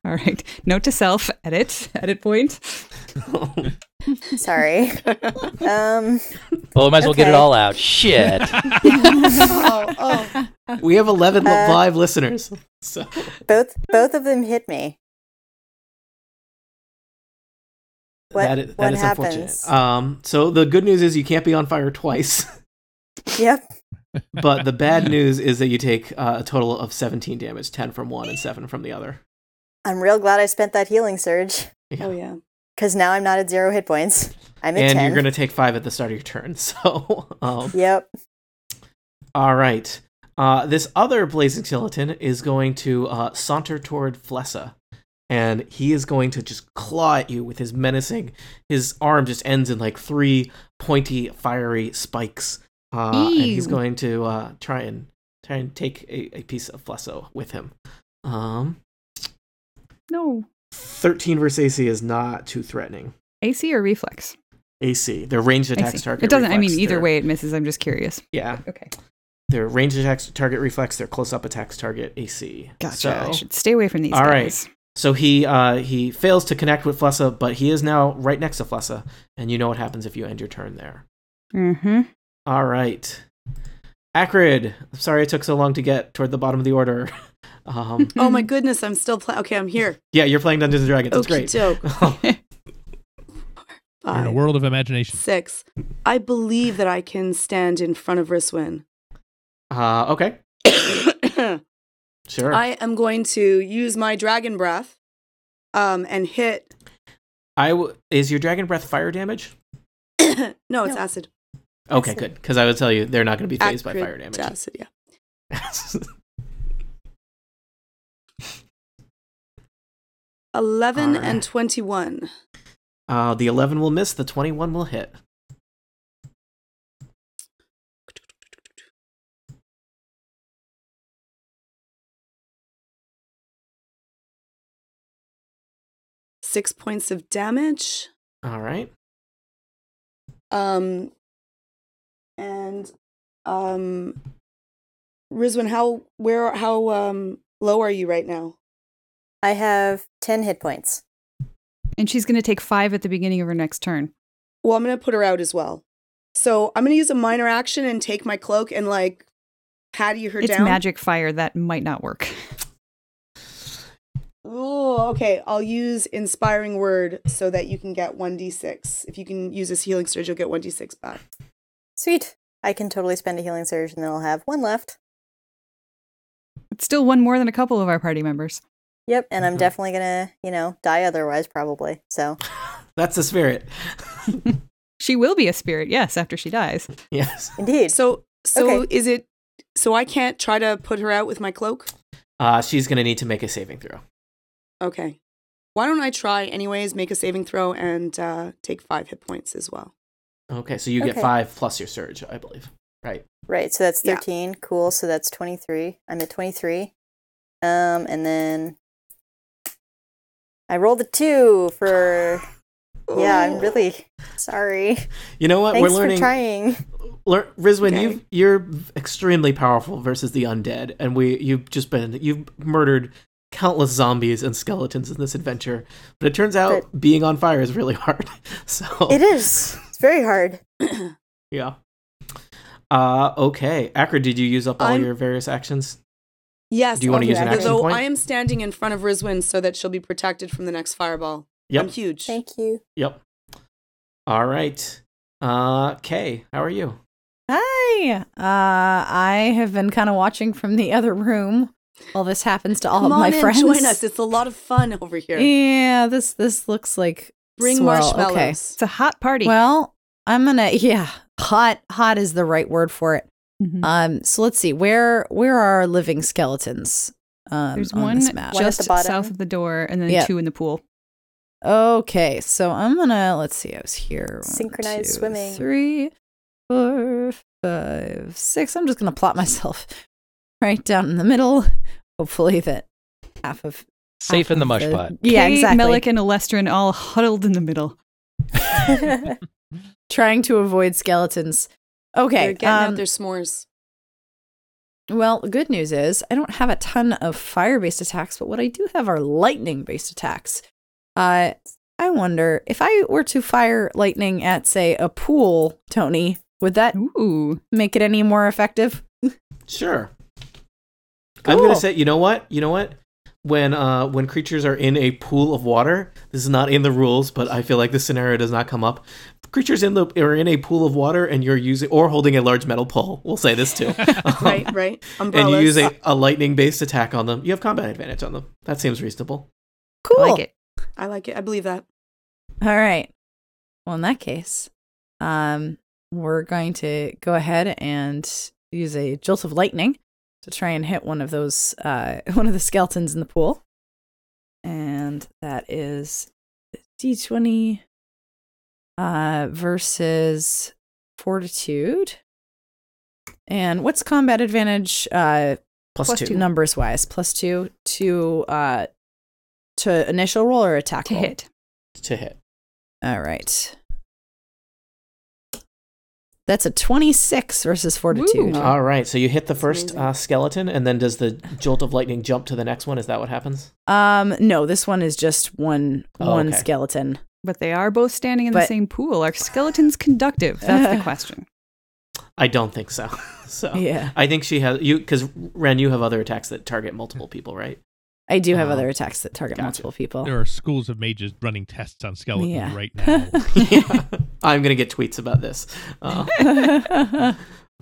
Speaker 4: All right. Note to self, edit, edit point.
Speaker 7: Sorry. um
Speaker 6: Well, we might as well get it
Speaker 7: Okay.
Speaker 6: all out. Shit.
Speaker 5: oh, oh.
Speaker 2: we have 11 li-
Speaker 7: Uh,
Speaker 2: live listeners. So
Speaker 7: both both of them hit me. What,
Speaker 2: that is,
Speaker 7: what
Speaker 2: that is unfortunate.
Speaker 7: happens?
Speaker 2: Um, so the good news is you can't be on fire twice,
Speaker 7: yep.
Speaker 2: but the bad news is that you take uh, a total of 17 damage, 10 from one and 7 from the other.
Speaker 7: I'm real glad I spent that healing surge
Speaker 5: oh, yeah.
Speaker 7: because now I'm not at zero hit points. I'm at
Speaker 2: and
Speaker 7: 10
Speaker 2: you're going to take 5 at the start of your turn. So um,
Speaker 7: Yep.
Speaker 2: All right. Uh, this other blazing skeleton is going to uh, saunter toward Flessa, and he is going to just claw at you with his menacing. His arm just ends in like three pointy, fiery spikes, uh, and he's
Speaker 4: Ew.
Speaker 2: going to uh, try and try and take a, a piece of Flesso with him. Um,
Speaker 4: No.
Speaker 2: Thirteen versus AC is not too threatening.
Speaker 4: AC or reflex?
Speaker 2: AC, their ranged
Speaker 4: I
Speaker 2: attacks
Speaker 4: see.
Speaker 2: target.
Speaker 4: It doesn't, I
Speaker 2: reflex,
Speaker 4: mean, either
Speaker 2: their-
Speaker 4: way it misses. I'm just curious.
Speaker 2: Yeah,
Speaker 4: Okay.
Speaker 2: their ranged attacks target reflex, their close up attacks target AC.
Speaker 4: Gotcha. I
Speaker 2: So-
Speaker 4: should stay away from these
Speaker 2: All right.
Speaker 4: guys.
Speaker 2: So he uh, he fails to connect with Flessa, but he is now right next to Flessa, and you know what happens if you end your turn there.
Speaker 4: Mm-hmm.
Speaker 2: All right, Acrid. I'm sorry I took so long to get toward the bottom of the order. Um,
Speaker 5: Oh my goodness, I'm still playing. Okay, I'm here.
Speaker 2: yeah, you're playing Dungeons and Dragons. That's
Speaker 5: Okey
Speaker 2: great.
Speaker 5: doke.
Speaker 3: You're in a
Speaker 5: Five,
Speaker 3: world of imagination.
Speaker 5: six. I believe that I can stand in front of Riswin.
Speaker 2: uh, okay, sure. I,
Speaker 5: I am going to use my dragon breath um, and hit.
Speaker 2: w- is your dragon breath fire damage?
Speaker 5: no, it's
Speaker 7: No.
Speaker 5: acid.
Speaker 2: Okay,
Speaker 7: Acid.
Speaker 2: good. Because I would tell you they're not going to be phased by fire
Speaker 5: Acrid
Speaker 2: damage.
Speaker 5: Acid, yeah. Eleven
Speaker 2: All right.
Speaker 5: and twenty-one.
Speaker 2: uh, the 11 will miss. The 21 will hit.
Speaker 5: Six points of damage.
Speaker 2: All right.
Speaker 5: Um, and um, Rizwan, how where how um low are you right now?
Speaker 7: I have 10 hit points.
Speaker 4: And she's going to take five at the beginning of her next turn.
Speaker 5: Well, I'm gonna put her out as well. So I'm gonna use a minor action and take my cloak and like patty her
Speaker 4: it's
Speaker 5: down.
Speaker 4: magic fire. That might not work.
Speaker 5: Oh, okay. I'll use inspiring word so that you can get one d six. If you can use this healing surge, you'll get one d six back.
Speaker 7: Sweet. I can totally spend a healing surge and then I'll have one left.
Speaker 4: It's still one more than a couple of our party members.
Speaker 7: Yep. And I'm
Speaker 2: Mhm.
Speaker 7: definitely going to, you know, die otherwise, probably. So,
Speaker 2: That's the spirit.
Speaker 4: She will be a spirit, yes, after she dies.
Speaker 2: yes.
Speaker 7: indeed.
Speaker 5: So so
Speaker 7: Okay.
Speaker 5: is it? So I can't try to put her out with my cloak.
Speaker 2: Uh, she's going to need to make a saving throw.
Speaker 5: Okay. Why don't I try anyways, make a saving throw and uh, take five hit points as well.
Speaker 2: Okay, so you get
Speaker 7: Okay.
Speaker 2: five plus your surge, I believe. Right.
Speaker 7: Right. So that's
Speaker 5: Yeah.
Speaker 7: 13. Cool. So that's 23. I'm at 23. Um, and then I rolled a two for. Yeah, I'm really sorry.
Speaker 2: You know what?
Speaker 7: Thanks
Speaker 2: We're
Speaker 7: for
Speaker 2: learning.
Speaker 7: trying.
Speaker 2: Lear- Rizwin,
Speaker 5: Okay.
Speaker 2: you you're extremely powerful versus the undead, and we you've just been you've murdered countless zombies and skeletons in this adventure. But it turns out being on fire is really hard. So
Speaker 7: It is. It's very hard.
Speaker 2: yeah. Uh, okay, Akra, did you use up all
Speaker 5: I'm-
Speaker 2: your various actions?
Speaker 5: Yes.
Speaker 2: Do you wanna
Speaker 5: I'll
Speaker 7: use an
Speaker 5: that.
Speaker 7: action
Speaker 5: Though
Speaker 2: point?
Speaker 5: I am standing in front of Rizwin so that she'll be protected from the next fireball.
Speaker 2: Yep.
Speaker 5: I'm huge.
Speaker 7: Thank you.
Speaker 2: Yep. All right. Uh, Kay, how are you?
Speaker 8: Hi. Uh, I have been kind of watching from the other room. All this happens to all of
Speaker 5: Come on
Speaker 8: my
Speaker 5: in,
Speaker 8: friends.
Speaker 5: join us. It's a lot of fun over here.
Speaker 8: E, Yeah, this this looks like
Speaker 5: Bring
Speaker 8: swell.
Speaker 5: marshmallows.
Speaker 8: Okay.
Speaker 4: It's a hot party.
Speaker 8: Well, I'm gonna yeah, hot hot is the right word for it.
Speaker 4: Mhm.
Speaker 8: Um, so let's see where where are living skeletons? Um,
Speaker 4: There's
Speaker 8: on
Speaker 4: one
Speaker 8: this map.
Speaker 7: One at
Speaker 4: just
Speaker 7: the bottom.
Speaker 4: south of the door, and then
Speaker 8: Yeah.
Speaker 4: two in the pool.
Speaker 8: Okay, so I'm gonna let's see. I was here. One,
Speaker 7: Synchronized
Speaker 8: two,
Speaker 7: swimming.
Speaker 8: Three, four, five, six. I'm just gonna plot myself right down in the middle. Hopefully that half of
Speaker 6: Safe
Speaker 8: half
Speaker 6: in the
Speaker 8: of
Speaker 6: mush pot.
Speaker 8: Yeah,
Speaker 4: Kay,
Speaker 8: exactly.
Speaker 4: Mellick and Alestrin all huddled in the middle.
Speaker 8: Trying to avoid skeletons. Okay,
Speaker 5: They're getting
Speaker 8: um,
Speaker 5: out their s'mores.
Speaker 8: Well, the good news is I don't have a ton of fire based attacks, but what I do have are lightning based attacks. Uh, I wonder if I were to fire lightning at, say, a pool, Tony, would that
Speaker 4: Ooh,
Speaker 8: make it any more effective?
Speaker 2: Sure. I'm gonna
Speaker 8: Cool.
Speaker 2: say, you know what, you know what? When uh, when creatures are in a pool of water, this is not in the rules, but I feel like this scenario does not come up. Creatures in the are in a pool of water, and you're using or holding a large metal pole. We'll say this too.
Speaker 5: right, right.
Speaker 2: and
Speaker 5: Umbrellas.
Speaker 2: you use a, a lightning based attack on them. You have combat advantage on them. That seems reasonable.
Speaker 8: Cool.
Speaker 4: I like it.
Speaker 5: I like it. I believe that.
Speaker 8: All right. Well, in that case, um, we're going to go ahead and use a jolt of lightning to try and hit one of those, uh, one of the skeletons in the pool. And that is D20 uh, versus Fortitude. And what's combat advantage uh,
Speaker 2: Plus,
Speaker 4: Plus
Speaker 2: two.
Speaker 4: two.
Speaker 8: numbers wise? Plus two to uh, to initial roll or attack
Speaker 4: To
Speaker 8: roll?
Speaker 4: hit.
Speaker 2: to hit.
Speaker 8: All right. That's a 26 versus fortitude.
Speaker 4: Ooh.
Speaker 2: All right, so you hit the
Speaker 5: That's
Speaker 2: first
Speaker 5: amazing.
Speaker 2: uh, skeleton, and then does the jolt of lightning jump to the next one? Is that what happens?
Speaker 8: Um no, this one is just one one
Speaker 2: Oh, okay.
Speaker 8: skeleton.
Speaker 4: But they are both standing in the
Speaker 8: But-
Speaker 4: same pool. Are skeletons conductive? That's the question.
Speaker 2: I don't think so. so
Speaker 8: Yeah.
Speaker 2: I think she has you because Ren, you have other attacks that target multiple people, right?
Speaker 8: I do have
Speaker 2: Oh.
Speaker 8: other attacks that target
Speaker 2: Gotcha.
Speaker 8: multiple people.
Speaker 3: There are schools of mages running tests on skeletons
Speaker 8: Yeah.
Speaker 3: right now.
Speaker 2: I'm gonna get tweets about this. Oh,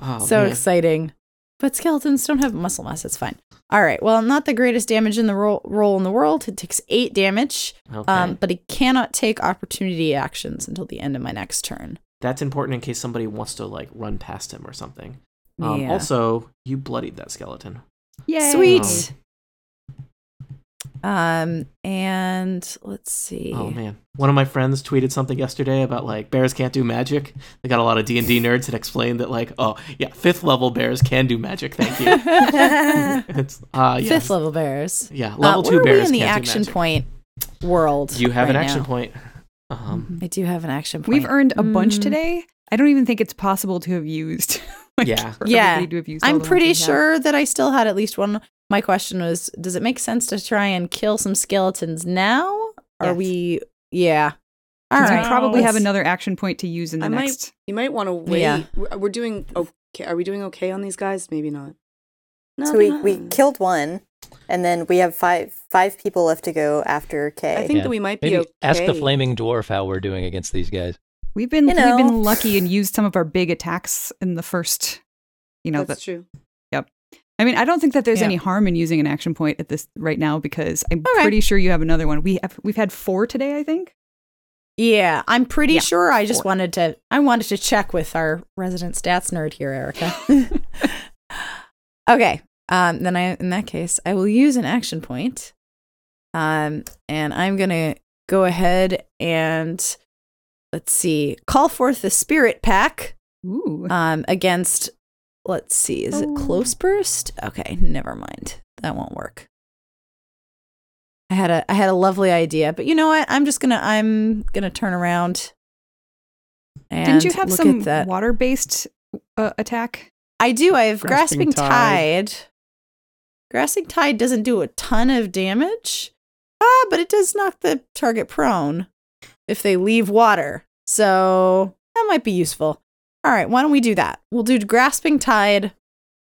Speaker 2: oh,
Speaker 8: so
Speaker 2: man.
Speaker 8: exciting. But skeletons don't have muscle mass, it's fine. All right. Well, not the greatest damage in the roll, roll in the world. It takes 8 damage.
Speaker 2: Okay.
Speaker 8: Um but he cannot take opportunity actions until the end of my next turn.
Speaker 2: That's important in case somebody wants to like run past him or something. Um,
Speaker 8: Yeah.
Speaker 2: Also, you bloodied that skeleton.
Speaker 4: Yay.
Speaker 8: Sweet. Um, and let's see.
Speaker 2: Oh man, one of my friends tweeted something yesterday about like bears can't do magic. They got a lot of D and D nerds and explained that like, oh yeah, fifth level bears can do magic. Thank you. it's uh, yeah.
Speaker 8: Fifth level bears.
Speaker 2: Yeah,
Speaker 8: Uh,
Speaker 2: level two
Speaker 8: where are
Speaker 2: bears
Speaker 8: we in the
Speaker 2: can't
Speaker 8: action
Speaker 2: do magic.
Speaker 8: point world?
Speaker 2: You have an
Speaker 8: right
Speaker 2: action
Speaker 8: now?
Speaker 2: point. Um,
Speaker 8: I do have an action point.
Speaker 4: We've earned a bunch
Speaker 8: Mm.
Speaker 4: today. I don't even think it's possible to have used. like,
Speaker 2: Yeah.
Speaker 4: for
Speaker 8: Yeah.
Speaker 4: everybody to have used all
Speaker 8: I'm
Speaker 4: the ones
Speaker 8: pretty
Speaker 4: we have.
Speaker 8: sure that I still had at least one. My question was, does it make sense to try and kill some skeletons now? Are
Speaker 4: Yes.
Speaker 8: we? Yeah. All
Speaker 4: 'Cause
Speaker 8: right.
Speaker 4: We probably
Speaker 3: No.
Speaker 4: have another action point to use in the
Speaker 5: I might-
Speaker 4: next.
Speaker 5: You might want to wait.
Speaker 8: Yeah.
Speaker 5: We're, we're doing okay. Are we doing okay on these guys? Maybe not. No,
Speaker 7: So we,
Speaker 5: they're
Speaker 7: we
Speaker 5: not.
Speaker 7: killed one, and then we have five five people left to go after Kay.
Speaker 5: I think
Speaker 6: Yeah.
Speaker 5: that we might be
Speaker 6: Maybe
Speaker 5: okay.
Speaker 6: ask the flaming dwarf how we're doing against these guys.
Speaker 4: We've been
Speaker 7: You know.
Speaker 4: we've been lucky and used some of our big attacks in the first. You know,
Speaker 5: That's
Speaker 4: that,
Speaker 5: true.
Speaker 4: I mean, I don't think that there's
Speaker 8: Yeah.
Speaker 4: any harm in using an action point at this right now because I'm
Speaker 8: Okay.
Speaker 4: pretty sure you have another one. We have we've had four today, I think.
Speaker 8: Yeah, I'm pretty
Speaker 4: Yeah,
Speaker 8: sure. I just
Speaker 4: four.
Speaker 8: wanted to. I wanted to check with our resident stats nerd here, Erica. okay. Um. Then I, in that case, I will use an action point. Um. And I'm gonna go ahead and let's see, call forth the spirit pack.
Speaker 4: Ooh, Oh.
Speaker 8: Um. Against, let's see, is it close burst? Okay. Never mind. That won't work. I had a I had a lovely idea, but you know what? I'm just gonna I'm gonna turn around. And
Speaker 4: didn't you have
Speaker 8: look
Speaker 4: some
Speaker 8: at that?
Speaker 4: water based uh, attack?
Speaker 8: I do. I have grasping,
Speaker 1: Grasping
Speaker 8: tide.
Speaker 1: Tide.
Speaker 8: Grasping tide doesn't do a ton of damage, ah, but it does knock the target prone if they leave water. So that might be useful. All right, why don't we do that? We'll do grasping tide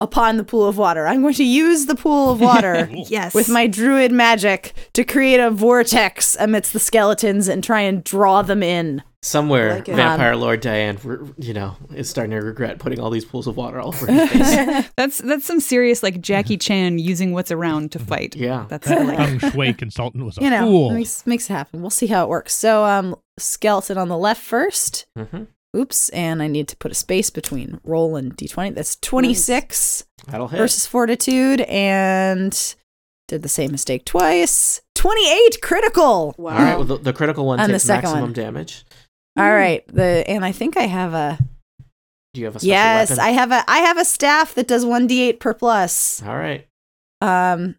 Speaker 8: upon the pool of water. I'm going to use the pool of water
Speaker 3: Cool.
Speaker 4: Yes,
Speaker 8: with my druid magic to create a vortex amidst the skeletons and try and draw them in.
Speaker 2: Somewhere,
Speaker 5: like it.
Speaker 2: Vampire Lord Diane, re- you know, is starting to regret putting all these pools of water all over her face.
Speaker 4: That's that's some serious like Jackie Chan using what's around to fight.
Speaker 2: yeah.
Speaker 4: That's
Speaker 8: Yeah.
Speaker 4: like,
Speaker 3: Feng Shui consultant was a
Speaker 8: you know,
Speaker 3: fool.
Speaker 8: makes makes it happen. We'll see how it works. So, um, skeleton on the left first.
Speaker 2: hmm
Speaker 8: Oops, and I need to put a space between roll and d20. That's 26
Speaker 2: That'll hit.
Speaker 8: versus fortitude, and did the same mistake twice. 28 critical.
Speaker 5: Wow.
Speaker 2: All right, well, the, the critical one
Speaker 8: And the
Speaker 2: takes
Speaker 8: second
Speaker 2: maximum
Speaker 8: one.
Speaker 2: damage.
Speaker 8: All right, the and I think I have a
Speaker 2: Do you have a special
Speaker 8: yes,
Speaker 2: weapon?
Speaker 8: I have a I have a staff that does one d8 per plus.
Speaker 2: All right.
Speaker 8: Um,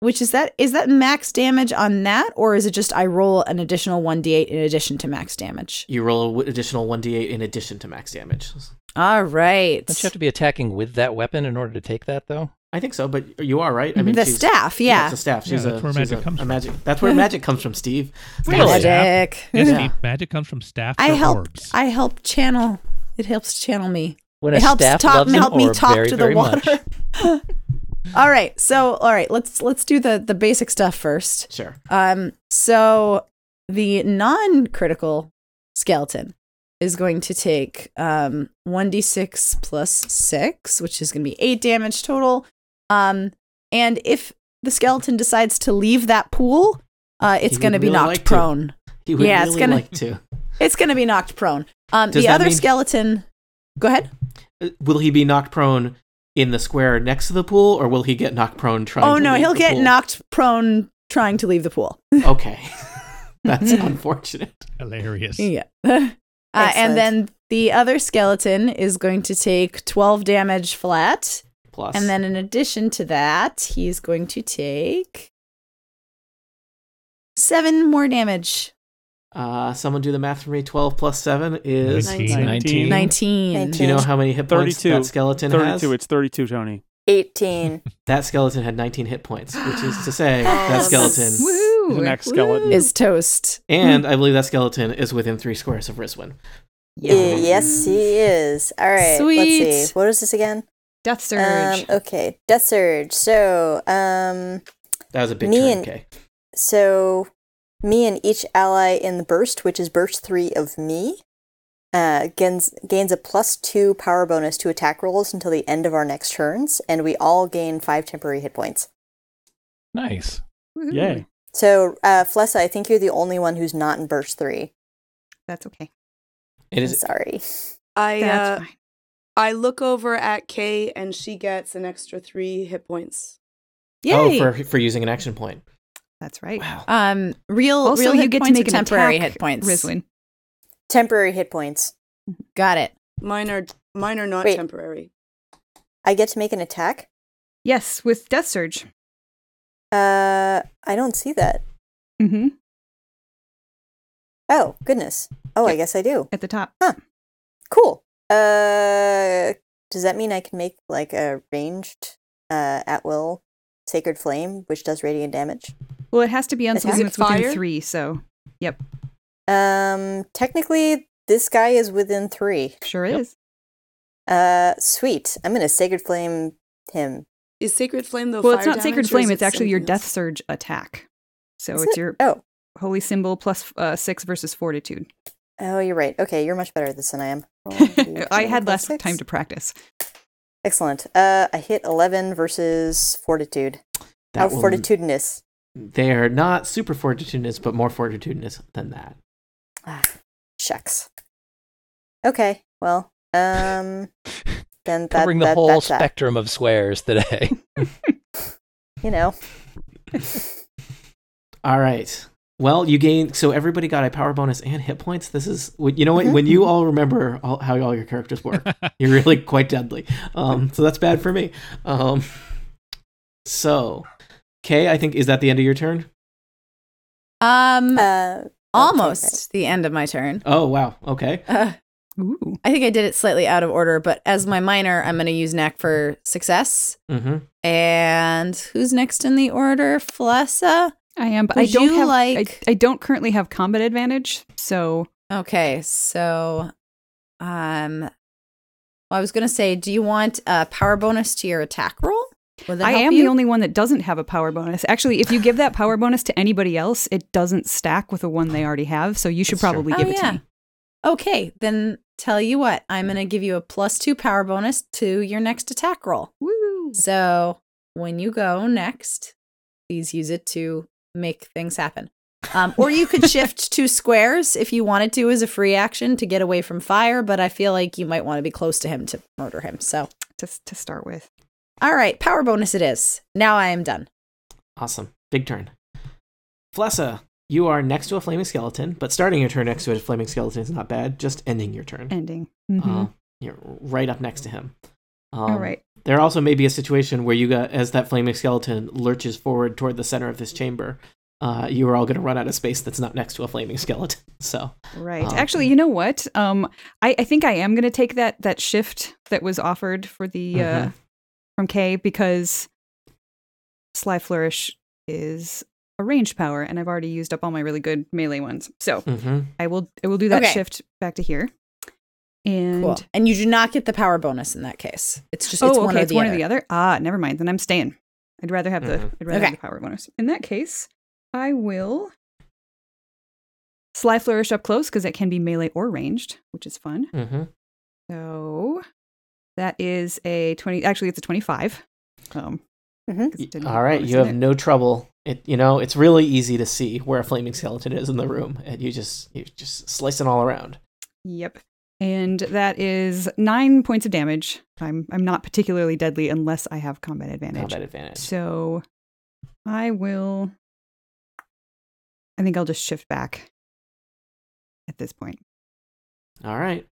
Speaker 8: which is that is that max damage on that, or is it just I roll an additional one d8 in addition to max damage?
Speaker 2: You roll an additional 1d8 in addition to max damage.
Speaker 8: All right,
Speaker 6: Don't you have to be attacking with that weapon in order to take that, though?
Speaker 2: I think so, but you are right. I
Speaker 5: Mm-hmm.
Speaker 8: the
Speaker 2: she's-
Speaker 8: staff, yeah,
Speaker 2: It's a staff.
Speaker 3: Yeah,
Speaker 2: She's
Speaker 3: that's
Speaker 2: a,
Speaker 3: where
Speaker 2: she's
Speaker 3: magic
Speaker 2: a-
Speaker 3: comes
Speaker 2: a
Speaker 3: from.
Speaker 2: magic. That's where magic comes from, Steve.
Speaker 3: Really?
Speaker 8: magic.
Speaker 3: Yes,
Speaker 2: Yeah.
Speaker 3: Steve, magic comes from staff
Speaker 8: I
Speaker 3: or
Speaker 8: help.
Speaker 3: orbs.
Speaker 8: I help channel. It helps channel me.
Speaker 6: When
Speaker 8: It
Speaker 6: a
Speaker 8: helps
Speaker 6: staff
Speaker 8: talk.
Speaker 6: loves an
Speaker 8: Help me
Speaker 6: orb
Speaker 8: talk
Speaker 6: very,
Speaker 8: to the
Speaker 6: very much.
Speaker 8: water. all right. So all right. Let's let's do the the basic stuff first.
Speaker 2: Sure.
Speaker 8: Um. So the non-critical skeleton is going to take um 1d6 plus 6 which is going to be 8 damage total um and if the skeleton decides to leave that pool uh it's
Speaker 2: would
Speaker 8: going to be
Speaker 2: really
Speaker 8: knocked
Speaker 2: like to.
Speaker 8: prone
Speaker 2: He would
Speaker 8: Yeah, it's
Speaker 2: really
Speaker 8: gonna-
Speaker 2: like to.
Speaker 8: it's going to be knocked prone. Um,
Speaker 2: Does
Speaker 8: the
Speaker 2: that
Speaker 8: other
Speaker 2: mean-
Speaker 8: skeleton. Go ahead.
Speaker 2: Uh, Will he be knocked prone in the square next to the pool, or will he get knocked prone trying?
Speaker 8: Oh
Speaker 2: to
Speaker 8: no,
Speaker 2: leave
Speaker 8: he'll
Speaker 2: the
Speaker 8: get
Speaker 2: pool?
Speaker 8: knocked prone trying to leave the pool.
Speaker 2: Okay, that's unfortunate.
Speaker 3: Hilarious.
Speaker 8: Mm. Yeah. uh,
Speaker 7: Excellent.
Speaker 8: and then the other skeleton is going to take 12 damage flat.
Speaker 2: Plus,
Speaker 8: And then in addition to that, he's going to take 7 more damage.
Speaker 2: uh, someone do the math for me. Twelve plus seven is.
Speaker 5: Nice.
Speaker 3: 19.
Speaker 1: 19.
Speaker 8: 19.
Speaker 2: Do you know how many hit points
Speaker 1: 32.
Speaker 2: that skeleton has?
Speaker 1: 32. It's 32, Tony.
Speaker 7: 18.
Speaker 2: That skeleton had 19 hit points, which is to say, that
Speaker 7: Yes.
Speaker 2: skeleton,
Speaker 4: woo,
Speaker 1: The next skeleton.
Speaker 8: Is toast.
Speaker 2: and I believe that skeleton is within three squares of Riswin.
Speaker 7: Y- Yes, he is. All right. Let's
Speaker 8: Sweet.
Speaker 7: see. What is this again?
Speaker 4: Death surge.
Speaker 7: Um, okay, Death Surge. So, um,
Speaker 2: That was a big
Speaker 7: Me
Speaker 2: turn,
Speaker 7: and-
Speaker 2: okay.
Speaker 7: so me and each ally in the burst, which is burst three of me, uh, gains gains a plus two power bonus to attack rolls until the end of our next turns, and we all gain five temporary hit points.
Speaker 6: Nice.
Speaker 4: Woohoo.
Speaker 1: Yay.
Speaker 7: So, uh, Flessa, I think you're the only one who's not in burst three.
Speaker 4: That's okay.
Speaker 2: It
Speaker 7: I'm
Speaker 2: is
Speaker 7: sorry.
Speaker 5: I
Speaker 4: That's
Speaker 5: uh,
Speaker 4: fine.
Speaker 5: I look over at Kay and she gets an extra three hit points.
Speaker 8: Yay.
Speaker 2: oh for for using an action point.
Speaker 4: That's right.
Speaker 2: Wow,
Speaker 8: um real
Speaker 4: Also,
Speaker 8: real
Speaker 4: you
Speaker 8: hit
Speaker 4: get to
Speaker 8: points
Speaker 4: make
Speaker 8: or
Speaker 4: an
Speaker 8: temporary
Speaker 4: attack,
Speaker 8: hit points.
Speaker 4: Rislin.
Speaker 7: Temporary hit points.
Speaker 8: Got it.
Speaker 5: Mine are mine are not
Speaker 7: Wait.
Speaker 5: temporary.
Speaker 7: I get to make an attack.
Speaker 4: Yes, with death surge.
Speaker 7: Uh, I don't see that.
Speaker 4: Mm-hmm.
Speaker 7: Oh goodness. Oh, I guess I do.
Speaker 4: At the top.
Speaker 7: Cool. Uh, does that mean I can make like a ranged, uh, at will sacred flame, which does radiant damage?
Speaker 4: Well, it has to be on
Speaker 7: Attack?
Speaker 4: something
Speaker 5: Is
Speaker 4: that's
Speaker 5: it fire?
Speaker 4: within three. So, yep,
Speaker 7: Um, technically, this guy is within three.
Speaker 4: sure
Speaker 3: Yep.
Speaker 4: is.
Speaker 7: Uh, sweet. I'm gonna sacred flame him.
Speaker 5: Is sacred flame though?
Speaker 4: well,
Speaker 5: fire
Speaker 4: it's not sacred
Speaker 5: damage, or is
Speaker 4: flame.
Speaker 5: it
Speaker 4: It's actually your
Speaker 5: something else?
Speaker 4: death surge attack. So
Speaker 7: Is
Speaker 4: it's
Speaker 7: it?
Speaker 4: your
Speaker 7: Oh,
Speaker 4: holy symbol plus uh, six versus fortitude.
Speaker 7: oh, you're right. Okay, you're much better at this than I am.
Speaker 5: Oh,
Speaker 7: Roll d20
Speaker 4: I had less
Speaker 7: plus
Speaker 4: time
Speaker 7: six.
Speaker 4: to practice.
Speaker 7: Excellent. Uh, I hit eleven versus fortitude.
Speaker 2: that
Speaker 7: oh,
Speaker 2: will-
Speaker 7: fortitudinous.
Speaker 2: They are not super fortitudinous, but more fortitudinous than that.
Speaker 7: Ah, shucks. Okay. Well. Um. Then that,
Speaker 6: Covering the
Speaker 7: that-
Speaker 6: whole
Speaker 7: that's that.
Speaker 6: spectrum of swears today.
Speaker 7: You know.
Speaker 2: All right. Well, you gain. So everybody got a power bonus and hit points. This is wh- you know what
Speaker 1: Mm-hmm.
Speaker 2: when you all remember all, how all your characters work, you're really quite deadly. Um, so that's bad for me. Um, so, Kay, I think is that the end of your turn?
Speaker 8: Um
Speaker 7: Uh,
Speaker 8: almost the end of my turn.
Speaker 2: Oh wow. Okay.
Speaker 8: Uh,
Speaker 4: Ooh.
Speaker 8: I think I did it slightly out of order, but as my minor, I'm going to use knack for success.
Speaker 2: Mm-hmm.
Speaker 8: And who's next in the order? Flessa.
Speaker 4: I am, but I
Speaker 8: Would
Speaker 4: don't
Speaker 8: you
Speaker 4: have.
Speaker 8: like-
Speaker 4: I, I don't currently have combat advantage, so
Speaker 8: Okay, so um well, I was going to say, do you want a power bonus to your attack roll? Would that
Speaker 4: I
Speaker 8: help
Speaker 4: am
Speaker 8: you?
Speaker 4: the only one that doesn't have a power bonus. Actually, if you give that power bonus to anybody else, it doesn't stack with the one they already have. So you should
Speaker 2: That's true.
Speaker 4: probably
Speaker 8: Oh,
Speaker 4: give it
Speaker 8: yeah.
Speaker 4: to me.
Speaker 8: Okay, then tell you what, I'm going to give you a plus two power bonus to your next attack roll.
Speaker 4: Woo!
Speaker 8: So when you go next, please use it to make things happen. Um, or you could shift two squares if you wanted to as a free action to get away from fire, but I feel like you might want to be close to him to murder him. So,
Speaker 4: To, to start with.
Speaker 8: all right, power bonus it is. Now I am done.
Speaker 2: Awesome. Big turn. Flessa, you are next to a flaming skeleton, but starting your turn next to a flaming skeleton is not bad. Just ending your turn.
Speaker 4: Ending. Mhm.
Speaker 2: Uh, you're right up next to him. Um,
Speaker 4: All right.
Speaker 2: There also may be a situation where you, got, as that flaming skeleton lurches forward toward the center of this chamber, uh, you are all going to run out of space that's not next to a flaming skeleton. So,
Speaker 4: Right.
Speaker 2: Um,
Speaker 4: Actually, you know what? Um, I, I think I am going to take that that shift that was offered for the uh,
Speaker 2: Mhm.
Speaker 4: from K because Sly Flourish is a range power, and I've already used up all my really good melee ones. So
Speaker 2: mm-hmm.
Speaker 4: I will I will do that
Speaker 8: Okay.
Speaker 4: shift back to here. And
Speaker 8: Cool. And you do not get the power bonus in that case. It's just
Speaker 4: oh,
Speaker 8: it's
Speaker 4: okay,
Speaker 8: one or
Speaker 4: it's
Speaker 8: the
Speaker 4: one
Speaker 8: other.
Speaker 4: or the other. Ah, never mind. Then I'm staying. I'd rather have the
Speaker 2: Mhm.
Speaker 4: I'd rather have
Speaker 8: Okay.
Speaker 4: the power bonus. In that case, I will Sly Flourish up close because it can be melee or ranged, which is fun.
Speaker 2: Mm-hmm.
Speaker 4: So that is a 20. Actually, it's a 25. Um,
Speaker 7: Mhm.
Speaker 4: 'cause it didn't
Speaker 2: All right,
Speaker 4: bonus
Speaker 2: you
Speaker 4: in
Speaker 2: have
Speaker 4: it.
Speaker 2: no trouble. It you know it's really easy to see where a flaming skeleton is in the room, and you just you just slicing all around.
Speaker 4: Yep. And that is nine points of damage. I'm I'm not particularly deadly unless I have combat advantage.
Speaker 2: Combat advantage.
Speaker 4: So I will. I think I'll just shift back at this point.
Speaker 2: All right.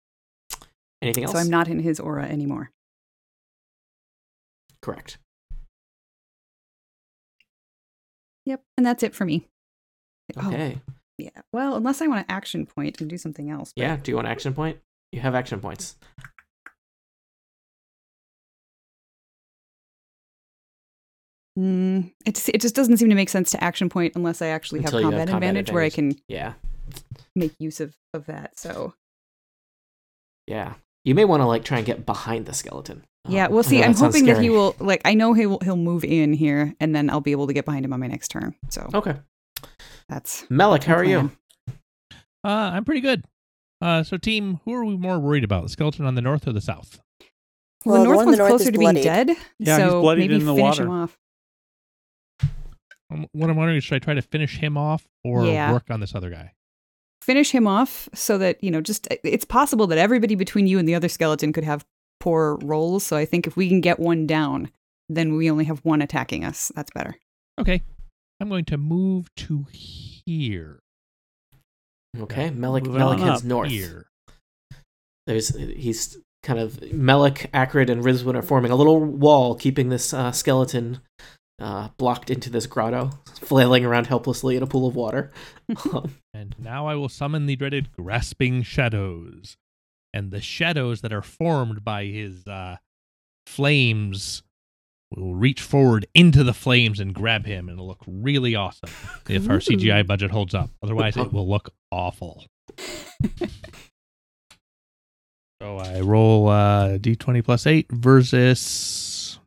Speaker 2: Anything else?
Speaker 4: So I'm not in his aura anymore.
Speaker 2: correct.
Speaker 4: Yep. And that's it for me. Oh,
Speaker 2: Okay.
Speaker 4: yeah. Well, unless I want to action point and do something else. but-
Speaker 2: Yeah. Do you want action point? You have action points.
Speaker 4: Mm, it, just, it just doesn't seem to make sense to action point unless I actually have
Speaker 2: Until you have
Speaker 4: combat,
Speaker 2: combat
Speaker 4: advantage, where I can
Speaker 2: Yeah.
Speaker 4: make use of, of that. So
Speaker 2: Yeah. You may want to like try and get behind the skeleton.
Speaker 4: yeah,
Speaker 2: Um,
Speaker 4: we'll
Speaker 2: I know
Speaker 4: see. I'm
Speaker 2: that sounds
Speaker 4: hoping that he
Speaker 2: scary.
Speaker 4: will like. I know he will. He'll move in here, and then I'll be able to get behind him on my next turn. So
Speaker 2: Okay.
Speaker 4: that's
Speaker 2: Melik, how are you?
Speaker 4: plan.
Speaker 3: Uh, I'm pretty good. Uh, so team, who are we more worried about, the skeleton on the north or the south?
Speaker 4: Well, the
Speaker 7: Well, the
Speaker 4: north
Speaker 7: one in
Speaker 4: one's
Speaker 7: the north
Speaker 4: closer
Speaker 7: is
Speaker 4: to being
Speaker 7: bloodied.
Speaker 4: dead.
Speaker 1: Yeah, he's
Speaker 4: so
Speaker 1: bloodied
Speaker 4: maybe
Speaker 1: in the
Speaker 4: finish
Speaker 1: water.
Speaker 4: him off.
Speaker 3: Um, What I'm wondering is, should I try to finish him off or
Speaker 4: Yeah.
Speaker 3: work on this other guy?
Speaker 4: Finish him off so that you know. Just it's possible that everybody between you and the other skeleton could have poor rolls. So I think if we can get one down, then we only have one attacking us. That's better.
Speaker 3: Okay, I'm going to move to here.
Speaker 2: Okay. Melik
Speaker 1: Moving on
Speaker 2: Melik heads
Speaker 1: up
Speaker 2: north.
Speaker 3: Here.
Speaker 2: There's he's kind of Melik, Akrid, and Rizwin are forming a little wall, keeping this uh, skeleton uh, blocked into this grotto, flailing around helplessly in a pool of water. Um,
Speaker 3: And now I will summon the dreaded grasping shadows. And the shadows that are formed by his uh, flames will reach forward into the flames and grab him, and it'll look really awesome if our CGI budget holds up. Otherwise, it will look awful. so I roll uh, d20 plus 8 versus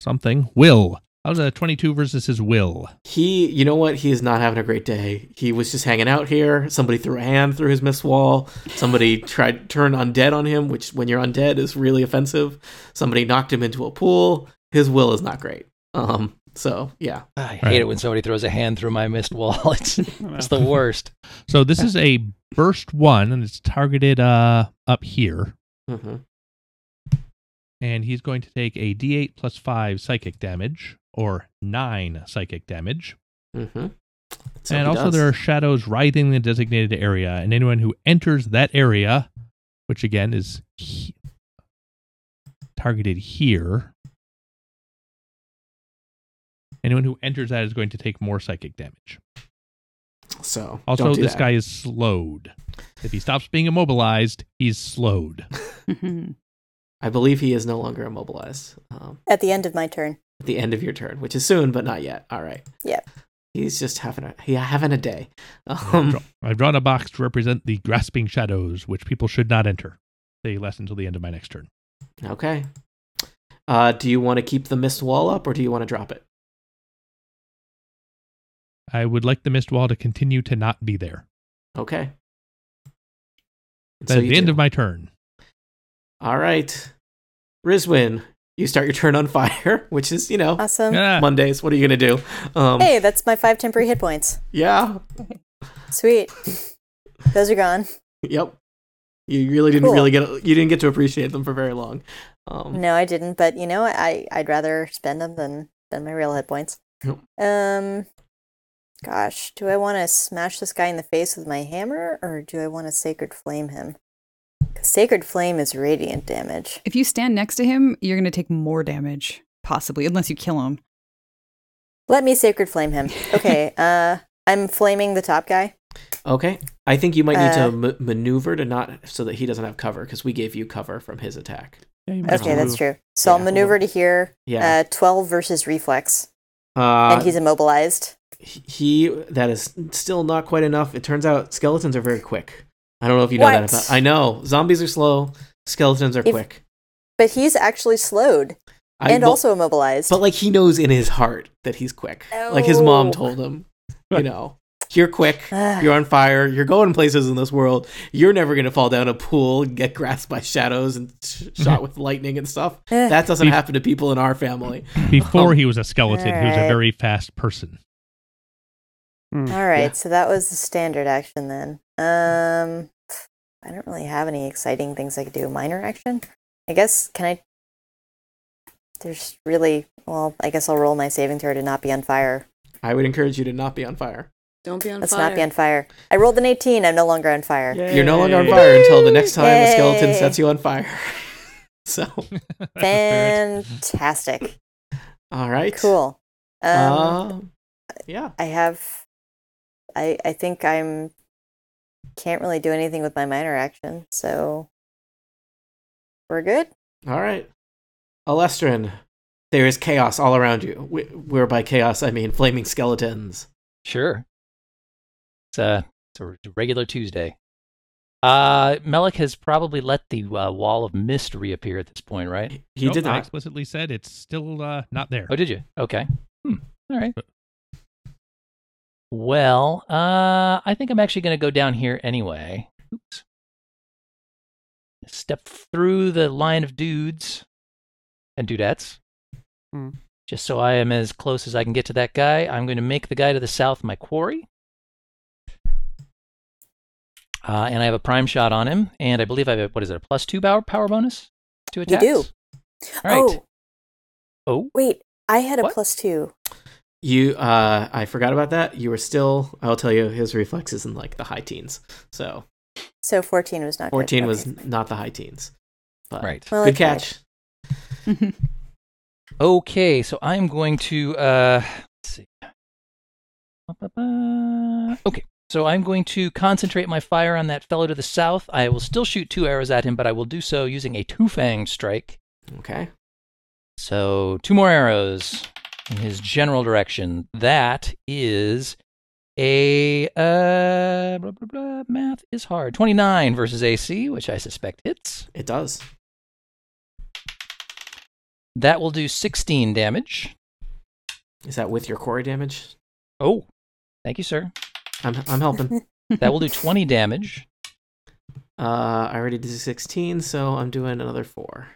Speaker 3: something. Will. How's a 22 versus his will?
Speaker 2: he, you know what? He is not having a great day. He was just hanging out here. Somebody threw a hand through his miss wall. Somebody tried to turn undead on him, which when you're undead is really offensive. Somebody knocked him into a pool. His will is not great. Um. So yeah.
Speaker 6: I hate
Speaker 3: Right.
Speaker 6: it when somebody throws a hand through my missed wall. It's, it's the worst.
Speaker 3: So this is a burst one, and it's targeted uh up here,
Speaker 2: hmm
Speaker 3: and he's going to take a D8 plus five psychic damage or nine psychic damage.
Speaker 2: hmm
Speaker 3: and also, there are shadows writhing in the designated area, and anyone who enters that area, which again is he- targeted here, anyone who enters that is going to take more psychic damage.
Speaker 2: so
Speaker 3: Also,
Speaker 2: don't do
Speaker 3: this
Speaker 2: that.
Speaker 3: guy is slowed. If he stops being immobilized, he's slowed.
Speaker 2: I believe he is no longer immobilized. Um,
Speaker 7: At the end of my turn.
Speaker 2: at the end of your turn, which is soon, but not yet. All right.
Speaker 7: Yeah.
Speaker 2: He's just having a he having a day.
Speaker 3: I've
Speaker 2: Um,
Speaker 3: draw- I've drawn a box to represent the grasping shadows, which people should not enter. They last until the end of my next turn.
Speaker 2: okay. Uh, do you want to keep the mist wall up or do you want to drop it?
Speaker 3: I would like the mist wall to continue to not be there.
Speaker 2: Okay.
Speaker 3: That's the
Speaker 2: you
Speaker 3: end
Speaker 2: do.
Speaker 3: of my turn.
Speaker 2: All right. Rizwin, you start your turn on fire, which is, you know,
Speaker 7: Awesome.
Speaker 3: Yeah.
Speaker 2: Mondays. What are you going to do? Um,
Speaker 7: Hey, that's my five temporary hit points.
Speaker 2: Yeah.
Speaker 7: Sweet. Those are gone.
Speaker 2: Yep. You really didn't
Speaker 7: Cool.
Speaker 2: really get you didn't get to appreciate them for very long. Um,
Speaker 7: No, I didn't. But you know, I I'd rather spend them than spend my real hit points.
Speaker 2: Yep.
Speaker 7: Um, gosh, do I want to smash this guy in the face with my hammer, or do I want to sacred flame him? 'Cause sacred flame is radiant damage.
Speaker 4: If you stand next to him, you're going to take more damage, possibly, unless you kill him.
Speaker 7: Let me sacred flame him. Okay. uh, I'm flaming the top guy.
Speaker 2: Okay. I think you might need
Speaker 7: Uh,
Speaker 2: to ma- maneuver to not so that he doesn't have cover because we gave you cover from his attack.
Speaker 1: Yeah, you might have
Speaker 7: Okay,
Speaker 1: to
Speaker 7: that's
Speaker 1: move.
Speaker 7: true. So I'll
Speaker 2: Yeah.
Speaker 7: maneuver to here.
Speaker 2: Yeah.
Speaker 7: Uh, Twelve versus reflex,
Speaker 2: Uh,
Speaker 7: and he's immobilized.
Speaker 2: he that is still not quite enough. It turns out skeletons are very quick. I don't know if you know that.
Speaker 7: What?
Speaker 2: About, I know zombies are slow. Skeletons are
Speaker 7: If-
Speaker 2: quick.
Speaker 7: But he's actually slowed
Speaker 2: I,
Speaker 7: and
Speaker 2: but-
Speaker 7: also immobilized.
Speaker 2: but like he knows in his heart that he's quick. Like his mom
Speaker 7: No.
Speaker 2: told him, you know, you're quick.
Speaker 7: Ugh.
Speaker 2: You're on fire. You're going places in this world. You're never gonna fall down a pool, get grasped by shadows, and sh- shot with lightning and stuff.
Speaker 7: Eh.
Speaker 2: That doesn't
Speaker 3: We've-
Speaker 2: happen to people in our family. Um,
Speaker 3: Before he was a skeleton, he was a
Speaker 7: Alright.
Speaker 3: very fast person.
Speaker 1: Mm,
Speaker 6: Hmm.
Speaker 7: All right,
Speaker 2: yeah.
Speaker 7: so that was the standard action then. Um, I don't really have any exciting things I could do. Minor action, I guess. Can I? There's really well. I guess I'll roll my saving throw to not be on fire.
Speaker 2: I would encourage you to not be on fire.
Speaker 5: Don't be on
Speaker 7: Let's
Speaker 5: fire.
Speaker 7: not be on fire. I rolled an 18. I'm no longer on fire.
Speaker 2: You're no longer on
Speaker 1: Yay.
Speaker 2: fire until the next time a skeleton
Speaker 7: Yay.
Speaker 2: sets you on fire. so,
Speaker 7: Fantastic.
Speaker 2: all right,
Speaker 7: Cool. Um,
Speaker 2: Um, yeah,
Speaker 7: I have. I I think I'm. Can't really do anything with my minor action, so we're good.
Speaker 2: all right. Alestrin, there is chaos all around you. Wh- Where by chaos I mean flaming skeletons.
Speaker 6: Sure. It's a, it's a regular Tuesday. Uh, Melek has probably let the uh, wall of mist reappear at this point, right?
Speaker 2: He, he
Speaker 3: Nope,
Speaker 2: did
Speaker 3: I
Speaker 2: not.
Speaker 3: explicitly said it's still uh, not there.
Speaker 6: Oh, did you? Okay. Hmm. All right. Well, uh, I think I'm actually going to go down here anyway. Oops. Step through the line of dudes and dudettes.
Speaker 4: Mm.
Speaker 1: Hmm.
Speaker 6: Just so I am as close as I can get to that guy, I'm going to make the guy to the south my quarry. Uh, and I have a prime shot on him, and I believe I have a, what is it, a plus two power, power bonus to
Speaker 7: do.
Speaker 6: attacks? All right.
Speaker 7: Oh
Speaker 6: Oh,
Speaker 7: wait, I had a
Speaker 6: What?
Speaker 7: plus two.
Speaker 2: You, uh, I forgot about that. You were still. I'll tell you, his reflex is in like the high teens. So
Speaker 7: So 14 was not good.
Speaker 2: fourteen was
Speaker 7: Okay.
Speaker 2: not the high teens. But
Speaker 6: right.
Speaker 7: Well,
Speaker 2: good
Speaker 7: it's fine.
Speaker 2: catch.
Speaker 6: Okay, so I'm going to uh let's see. Ba-ba-ba. Okay. So I'm going to concentrate my fire on that fellow to the south. I will still shoot two arrows at him, but I will do so using a two fang strike.
Speaker 2: Okay.
Speaker 6: So two more arrows in his general direction. That is a uh blah, blah, blah, math is hard. 29 versus AC, which I suspect hits.
Speaker 2: It does.
Speaker 6: That will do 16 damage.
Speaker 2: Is that with your quarry damage?
Speaker 6: Oh. Thank you, sir.
Speaker 2: I'm I'm helping.
Speaker 6: That will do 20 damage.
Speaker 2: Uh, I already did 16, so I'm doing another four.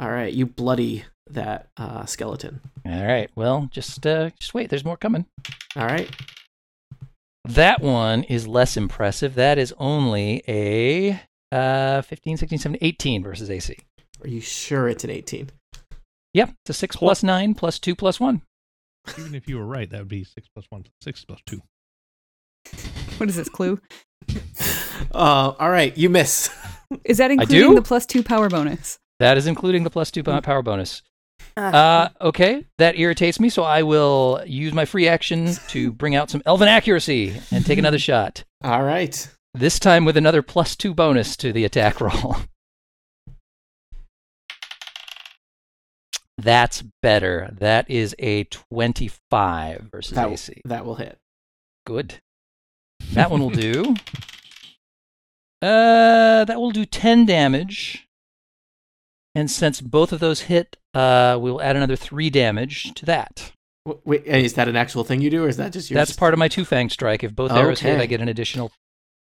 Speaker 2: All right, you bloody that uh, skeleton.
Speaker 6: All right. Well, just uh, just wait. There's more coming.
Speaker 2: All right,
Speaker 6: That one is less impressive. That is only a uh, 15, 16, 17, 18 versus AC.
Speaker 2: are you sure it's an 18?
Speaker 6: Yep. It's a 6 plus 9 plus 2 plus 1.
Speaker 3: Even if you were right, that would be six plus one, six plus two.
Speaker 4: What is this clue?
Speaker 2: Uh, all right, you miss.
Speaker 4: Is that
Speaker 6: do?
Speaker 4: including the plus two power bonus?
Speaker 6: That is including the plus 2
Speaker 2: Mm.
Speaker 6: bo- power bonus.
Speaker 7: Ah,
Speaker 6: Uh, okay. That irritates me, so I will use my free action to bring out some elven accuracy and take another shot.
Speaker 2: All right,
Speaker 6: This time with another plus 2 bonus to the attack roll. That's better. That is a 25 versus
Speaker 2: that,
Speaker 6: AC.
Speaker 2: that will hit.
Speaker 6: Good. That one will do. Uh, that will do 10 damage. And since both of those hit, uh, we will add another 3 damage to that.
Speaker 2: W- Wait, is that an actual thing you do, or is that just your?
Speaker 6: That's part of my two fang strike. If both arrows hit,
Speaker 2: Okay.
Speaker 6: I get an additional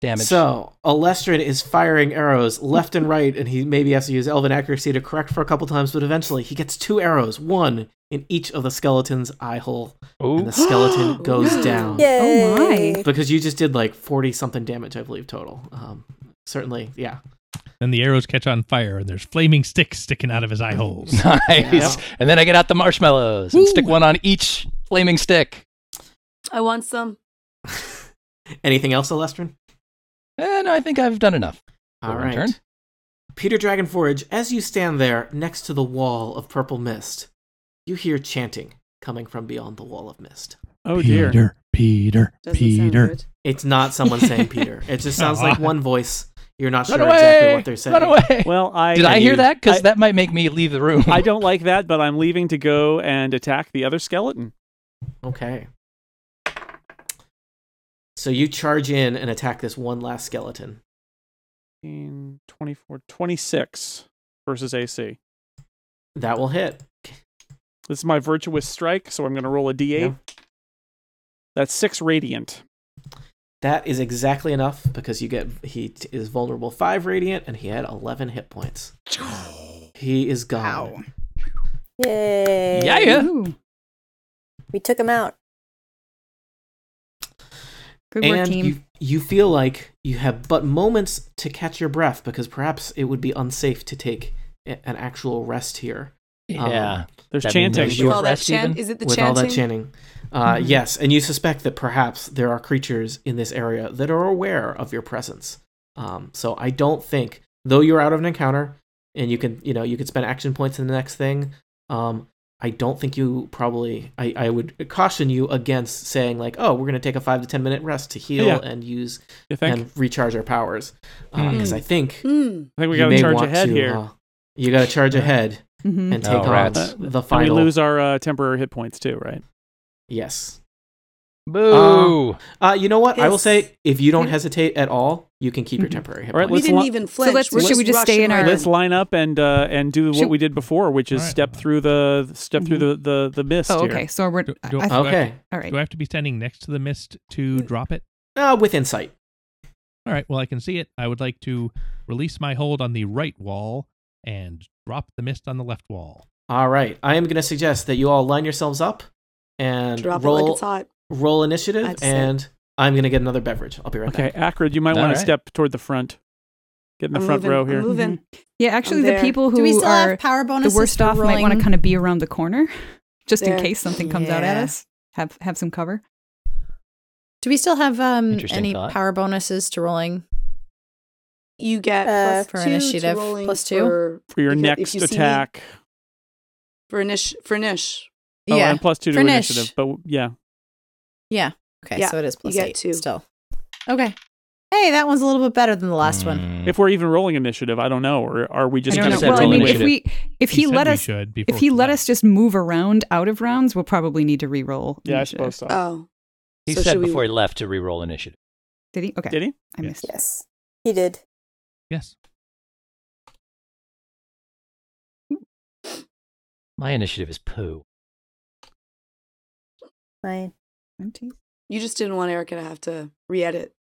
Speaker 6: damage.
Speaker 2: So Alestrid is firing arrows left and right, and he maybe has to use elven accuracy to correct for a couple times, but eventually he gets two arrows, one in each of the skeleton's eye hole,
Speaker 6: Ooh.
Speaker 2: and the skeleton goes down.
Speaker 7: Yay.
Speaker 4: my.
Speaker 2: Because you just did like forty something damage, I believe, total. Um, certainly, yeah.
Speaker 3: Then the arrows catch on fire, and there's flaming sticks sticking out of his eye holes.
Speaker 6: Nice.
Speaker 2: Yeah.
Speaker 6: And then I get out the marshmallows and stick
Speaker 3: Woo.
Speaker 6: one on each flaming stick.
Speaker 5: I want some.
Speaker 2: Anything else, Alestrin?
Speaker 6: Eh, no, I think I've done enough.
Speaker 2: All
Speaker 6: One
Speaker 2: right.
Speaker 6: turn.
Speaker 2: Peter Dragonforge, as you stand there next to the wall of purple mist, you hear chanting coming from beyond the wall of mist.
Speaker 1: Oh dear.
Speaker 3: Peter, Peter,
Speaker 5: Doesn't
Speaker 3: Peter.
Speaker 5: sound
Speaker 2: It's not someone saying Peter. It just sounds like one voice. You're not sure
Speaker 6: Run away!
Speaker 2: exactly what they're saying.
Speaker 6: Run away!
Speaker 1: Well, I
Speaker 6: Did I hear
Speaker 1: I-
Speaker 6: that? Because that might make me leave the room.
Speaker 1: I don't like that, but I'm leaving to go and attack the other skeleton.
Speaker 2: Okay. So you charge in and attack this one last skeleton.
Speaker 1: 18, 24, 26 versus AC.
Speaker 2: That will hit.
Speaker 1: This is my virtuous strike, so I'm going to roll a d8. That's six radiant.
Speaker 2: That is exactly enough because you get he t- is vulnerable five radiant and he had eleven hit points. He is gone.
Speaker 4: Wow.
Speaker 7: Yay.
Speaker 6: Yeah, yeah.
Speaker 4: Ooh,
Speaker 7: We took him out.
Speaker 4: good work,
Speaker 2: and
Speaker 4: team.
Speaker 2: you, you feel like you have but moments to catch your breath because perhaps it would be unsafe to take a- an actual rest here. Um,
Speaker 6: yeah.
Speaker 1: There's
Speaker 6: That means
Speaker 1: chanting.
Speaker 6: there's
Speaker 5: good.
Speaker 6: Your
Speaker 5: With all that
Speaker 6: rest
Speaker 5: chan-
Speaker 6: even?
Speaker 5: is it the
Speaker 2: with
Speaker 5: chanting?
Speaker 2: all that chanting. Uh,
Speaker 1: Mm-hmm.
Speaker 4: Mhm.
Speaker 2: Yes, and you suspect that perhaps there are creatures in this area that are aware of your presence. Um, so I don't think, though you're out of an encounter, and you can, you know, you could spend action points in the next thing. Um, I don't think you probably. I, I would caution you against saying like, "Oh, we're going to take a five to ten minute rest to heal
Speaker 1: Yeah.
Speaker 2: and use
Speaker 1: You think?
Speaker 2: and recharge our powers," because
Speaker 5: Mm.
Speaker 2: I think
Speaker 5: Hmm.
Speaker 1: I think we
Speaker 2: you
Speaker 1: got to
Speaker 2: may
Speaker 1: charge
Speaker 2: want
Speaker 1: ahead
Speaker 2: to,
Speaker 1: here.
Speaker 2: uh, you got to charge ahead
Speaker 1: Mm-hmm.
Speaker 5: Mm-hmm.
Speaker 4: Mhm.
Speaker 2: and
Speaker 6: Oh,
Speaker 2: take on
Speaker 6: rats.
Speaker 2: the
Speaker 1: and we
Speaker 2: final.
Speaker 1: lose our uh, temporary hit points too, right?
Speaker 2: yes.
Speaker 6: Boo!
Speaker 2: Uh, you know what? I will
Speaker 5: Yes.
Speaker 2: say, if you don't
Speaker 5: Yeah.
Speaker 2: hesitate at all, you can keep your
Speaker 4: Mhm.
Speaker 2: temporary hit
Speaker 1: Mm-hmm. All right,
Speaker 5: We
Speaker 1: let's
Speaker 5: didn't
Speaker 1: lo-
Speaker 5: even flinch.
Speaker 4: let's-
Speaker 5: We're
Speaker 4: should we just stay in
Speaker 5: rushing
Speaker 4: our-
Speaker 5: right
Speaker 1: Let's line up and uh, and do
Speaker 4: Should-
Speaker 1: what we did before, which is
Speaker 3: All right.
Speaker 1: step through the step through the the, the mist.
Speaker 4: oh,
Speaker 1: here.
Speaker 4: okay. So we're
Speaker 3: Do-
Speaker 4: I-
Speaker 3: do-
Speaker 4: I-
Speaker 3: do I-
Speaker 2: Okay.
Speaker 4: all
Speaker 3: Do
Speaker 4: right. Hmm.
Speaker 3: I have to be standing next to the mist to drop it?
Speaker 2: Uh, with insight.
Speaker 3: All right. Well, I can see it. I would like to release my hold on the right wall and drop the mist on the left wall.
Speaker 2: All right. I am going to suggest that you all line yourselves up and
Speaker 5: Drop
Speaker 2: roll
Speaker 5: it like it's hot.
Speaker 2: roll initiative,
Speaker 5: I'd say.
Speaker 2: and I'm going to get another beverage. I'll be right
Speaker 1: Okay,
Speaker 2: back.
Speaker 1: Acrid, you might
Speaker 6: All
Speaker 1: want
Speaker 6: right.
Speaker 1: to step toward the front. Get in the
Speaker 5: I'm
Speaker 1: front
Speaker 5: moving,
Speaker 1: row
Speaker 5: I'm
Speaker 1: here.
Speaker 4: Mhm.
Speaker 5: moving.
Speaker 4: Mm. Yeah, actually,
Speaker 5: I'm
Speaker 4: the
Speaker 5: there.
Speaker 4: people
Speaker 8: Do we
Speaker 4: who
Speaker 8: still
Speaker 4: are
Speaker 8: have power
Speaker 4: the
Speaker 8: bonuses?
Speaker 4: worst
Speaker 8: for
Speaker 4: off might want to
Speaker 8: rolling?
Speaker 4: kind of be around the corner, just in
Speaker 5: There.
Speaker 4: case something comes out at
Speaker 8: Yeah.
Speaker 4: us. Have have some cover.
Speaker 8: Do we still have um,
Speaker 6: Interesting
Speaker 8: any
Speaker 6: thought.
Speaker 8: power bonuses to rolling?
Speaker 5: You get
Speaker 7: Uh,
Speaker 5: plus
Speaker 8: for
Speaker 5: two
Speaker 8: initiative,
Speaker 5: to rolling
Speaker 8: plus two?
Speaker 5: for,
Speaker 1: For your
Speaker 5: if you- if
Speaker 1: next
Speaker 5: you see me-
Speaker 1: attack.
Speaker 5: for nish for nish.
Speaker 1: Oh, and plus two to
Speaker 8: For Nish.
Speaker 1: initiative. But w- yeah.
Speaker 8: Yeah. Okay,
Speaker 5: Yeah,
Speaker 8: so it is plus
Speaker 5: get
Speaker 8: eight
Speaker 5: two.
Speaker 8: still. Okay. Hey, that one's a little bit better than the last one.
Speaker 6: Mm.
Speaker 1: If we're even rolling initiative, I don't know. Or are we just
Speaker 6: I
Speaker 1: kind
Speaker 6: don't
Speaker 1: of
Speaker 6: know.
Speaker 4: Well, I
Speaker 6: roll
Speaker 4: mean, if
Speaker 6: initiative.
Speaker 4: we if he,
Speaker 3: said
Speaker 4: let
Speaker 3: we
Speaker 4: us
Speaker 3: should before
Speaker 4: if he
Speaker 3: we
Speaker 4: let
Speaker 3: left.
Speaker 4: us just move around out of rounds, we'll probably need to re-roll.
Speaker 1: Yeah, I
Speaker 4: initiative.
Speaker 1: suppose so.
Speaker 5: Oh,
Speaker 6: he
Speaker 5: so
Speaker 6: said
Speaker 5: should we-
Speaker 6: before he left to re-roll initiative.
Speaker 4: Did he? Okay,
Speaker 1: Did he?
Speaker 4: I
Speaker 3: Yeah.
Speaker 4: missed. it.
Speaker 7: Yes. He did.
Speaker 3: Yes.
Speaker 6: My initiative is poo.
Speaker 7: Right.
Speaker 4: Empty.
Speaker 5: you just didn't want Erica to have to re-edit.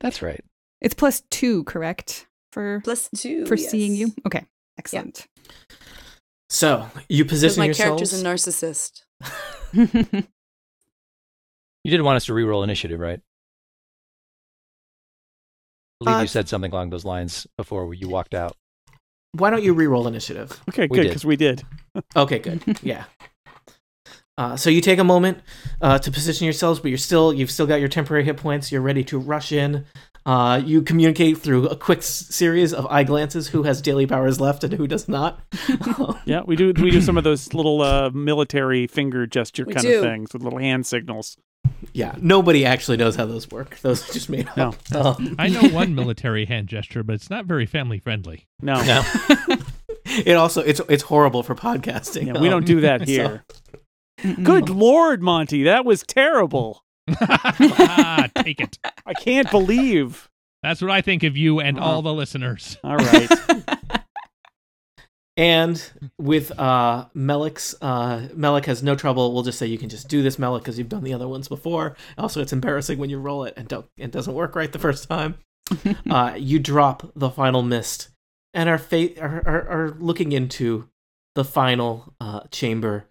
Speaker 6: That's right.
Speaker 4: It's plus two, correct? For
Speaker 5: Plus two
Speaker 4: for seeing
Speaker 5: yes.
Speaker 4: you. Okay, excellent.
Speaker 2: So Oh, you
Speaker 5: Because
Speaker 2: position
Speaker 5: my
Speaker 2: yourselves.
Speaker 5: character's a narcissist.
Speaker 6: You did want us to re-roll initiative, right? I believe
Speaker 2: Uh,
Speaker 6: you said something along those lines before you walked out.
Speaker 2: Why don't you re-roll initiative?
Speaker 1: Okay,
Speaker 6: We
Speaker 1: good,
Speaker 6: did.
Speaker 1: because we did.
Speaker 2: Okay, good. yeah. Uh, so you take a moment uh, to position yourselves, but you're still you've still got your temporary hit points. You're ready to rush in. Uh, you communicate through a quick s- series of eye glances who has daily powers left and who does not.
Speaker 1: Yeah, we do we do some of those little uh, military finger gesture
Speaker 5: We
Speaker 1: kind
Speaker 5: do.
Speaker 1: of things with little hand signals.
Speaker 2: yeah, nobody actually knows how those work. Those are just made
Speaker 1: No.
Speaker 2: up. Um,
Speaker 3: I know one military hand gesture, but it's not very family friendly.
Speaker 1: No.
Speaker 6: No.
Speaker 2: it also it's it's horrible for podcasting.
Speaker 1: Yeah, we don't do that
Speaker 2: so-
Speaker 1: here.
Speaker 4: Mm-mm.
Speaker 1: Good lord, Monty, that was terrible.
Speaker 3: ah, take it.
Speaker 1: I can't believe.
Speaker 2: Oh.
Speaker 3: That's what I think of you and all the listeners.
Speaker 1: All right.
Speaker 2: And with uh, Melik's, uh, Melik has no trouble. We'll just say you can just do this, Melik, because you've done the other ones before. Also, it's embarrassing when you roll it and don't it doesn't work right the first time. uh, you drop the final mist and are, fa- are, are, are looking into the final uh, chamber.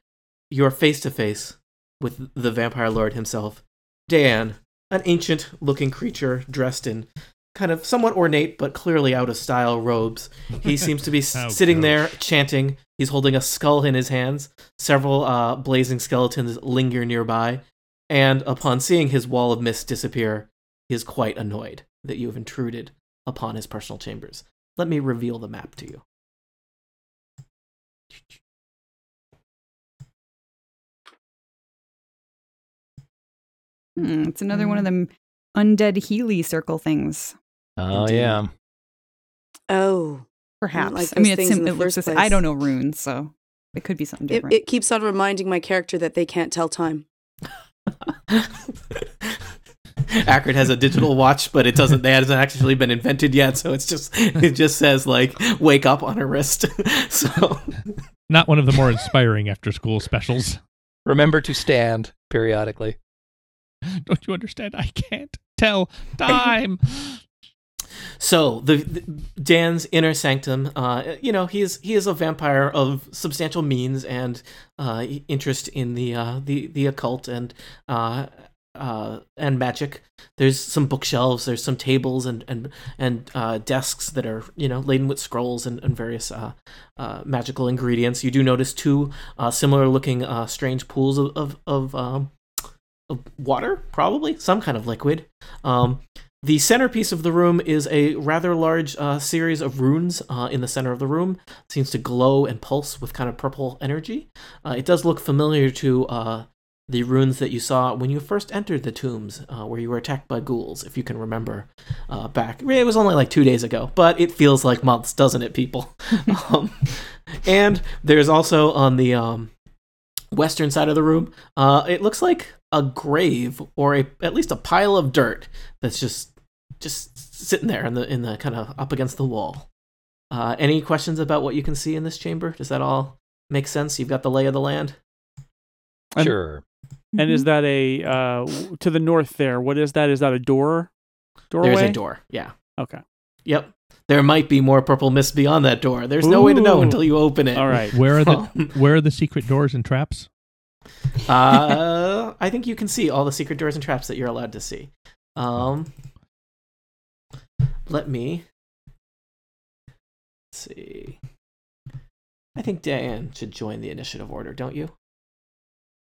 Speaker 2: You're face to face with the vampire lord himself, Dan, an ancient looking creature dressed in kind of somewhat ornate but clearly out of style robes. He seems to be s-
Speaker 3: Oh,
Speaker 2: sitting there
Speaker 3: gosh.
Speaker 2: chanting. He's holding a skull in his hands. Several uh, blazing skeletons linger nearby. And upon seeing his wall of mist disappear, he is quite annoyed that you have intruded upon his personal chambers. Let me reveal the map to you.
Speaker 4: Hmm, it's another one of
Speaker 5: Mm.
Speaker 4: them undead Healy circle things.
Speaker 6: Oh
Speaker 2: Indeed.
Speaker 6: yeah.
Speaker 5: Oh,
Speaker 4: Perhaps.
Speaker 5: like
Speaker 4: I mean,
Speaker 5: those
Speaker 4: it's
Speaker 5: things
Speaker 4: sim-
Speaker 5: in the
Speaker 4: it looks the
Speaker 5: first
Speaker 4: same. I
Speaker 5: place.
Speaker 4: don't know runes, so it could be something
Speaker 5: it,
Speaker 4: different.
Speaker 5: it keeps on reminding my character that they can't tell time.
Speaker 2: Acrid has a digital watch, but it doesn't. That hasn't actually been invented yet, so it's just it just says like "wake up" on her wrist. so
Speaker 3: Not one of the more inspiring after school specials.
Speaker 6: Remember to stand periodically.
Speaker 3: Don't you understand? I can't tell time.
Speaker 2: So the, the- Dan's inner sanctum, uh, you know, he is he is a vampire of substantial means and uh, interest in the uh, the the occult and uh, uh, and magic. There's some bookshelves, there's some tables and and and uh, desks that are you know laden with scrolls and and various uh, uh, magical ingredients. You do notice two uh, similar looking uh, strange pools of of, of um, of water, probably some kind of liquid. Um, the centerpiece of the room is a rather large uh, series of runes uh, in the center of the room. It seems to glow and pulse with kind of purple energy. Uh, it does look familiar to uh, the runes that you saw when you first entered the tombs, uh, where you were attacked by ghouls, if you can remember uh, back. It was only like two days ago, but it feels like months, doesn't it, people? um, and there's also on the um, western side of the room, uh, it looks like a grave or a, at least a pile of dirt that's just just sitting there in the in the kind of up against the wall. Uh, any questions about what you can see in this chamber? Does that all make sense? You've got the lay of the land.
Speaker 1: I'm-
Speaker 6: sure.
Speaker 1: And is that a uh w- to the north there? What is that? Is that a door? Doorway.
Speaker 2: There's a door. Yeah.
Speaker 1: Okay.
Speaker 2: Yep. There might be more purple mist beyond that door. There's no way to know
Speaker 1: Ooh.
Speaker 2: until you open it.
Speaker 1: All right.
Speaker 3: Where are the
Speaker 2: Um,
Speaker 3: where are the secret doors and traps?
Speaker 2: uh, I think you can see all the secret doors and traps that you're allowed to see. Um, let me let's see. I think Diane should join the initiative order, don't you?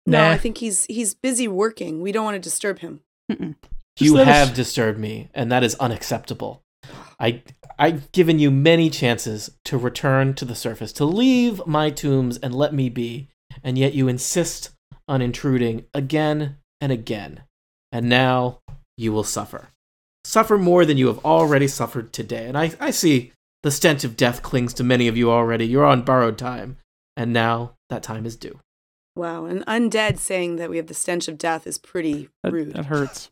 Speaker 5: No,
Speaker 6: Nah.
Speaker 5: I think he's he's busy working. We don't want to disturb him.
Speaker 4: Mm-mm.
Speaker 6: Just
Speaker 2: you
Speaker 6: let us-
Speaker 2: have disturbed me, and that is unacceptable. I I've given you many chances to return to the surface, to leave my tombs and let me be, and yet you insist on intruding again and again. And now you will suffer. Suffer more than you have already suffered today. And I, I see the stench of death clings to many of you already. You're on borrowed time, and now that time is due.
Speaker 5: Wow, an undead saying that we have the stench of death is pretty
Speaker 1: That,
Speaker 5: rude.
Speaker 1: that hurts.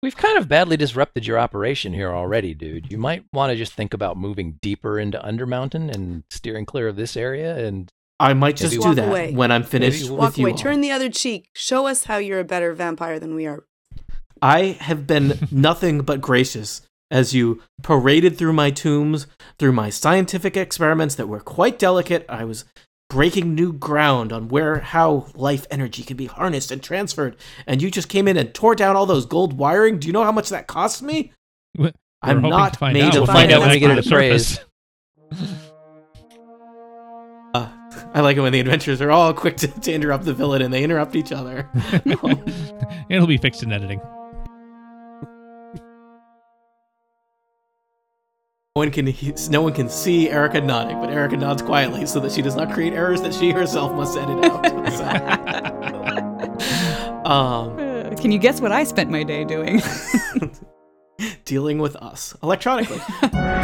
Speaker 6: We've kind of badly disrupted your operation here already, dude. You might want to just think about moving deeper into Undermountain and steering clear of this area. And
Speaker 2: I might just
Speaker 6: Maybe
Speaker 2: do
Speaker 5: walk
Speaker 2: that
Speaker 5: away.
Speaker 2: when I'm finished
Speaker 6: Maybe
Speaker 2: with
Speaker 5: Walk
Speaker 2: you.
Speaker 5: away.
Speaker 2: all.
Speaker 5: Turn the other cheek. Show us how you're a better vampire than we are.
Speaker 2: I have been nothing but gracious as you paraded through my tombs, through my scientific experiments that were quite delicate. I was breaking new ground on where how life energy can be harnessed and transferred, and you just came in and tore down all those gold wiring. Do you know how much that cost me?
Speaker 3: We're
Speaker 2: I'm
Speaker 3: hoping
Speaker 2: not
Speaker 3: to find
Speaker 2: made
Speaker 3: out
Speaker 2: of
Speaker 6: We'll
Speaker 2: gold.
Speaker 6: find out when
Speaker 5: that's
Speaker 6: we get
Speaker 5: fine.
Speaker 6: it appraised.
Speaker 2: Uh, I like it when the adventurers are all quick to, to interrupt the villain and they interrupt each other.
Speaker 3: It'll be fixed in editing.
Speaker 2: No one can he- no one can see Erica nodding, but Erica nods quietly so that she does not create errors that she herself must edit out. So- um,
Speaker 4: Uh, can you guess what I spent my day doing?
Speaker 2: dealing with us electronically.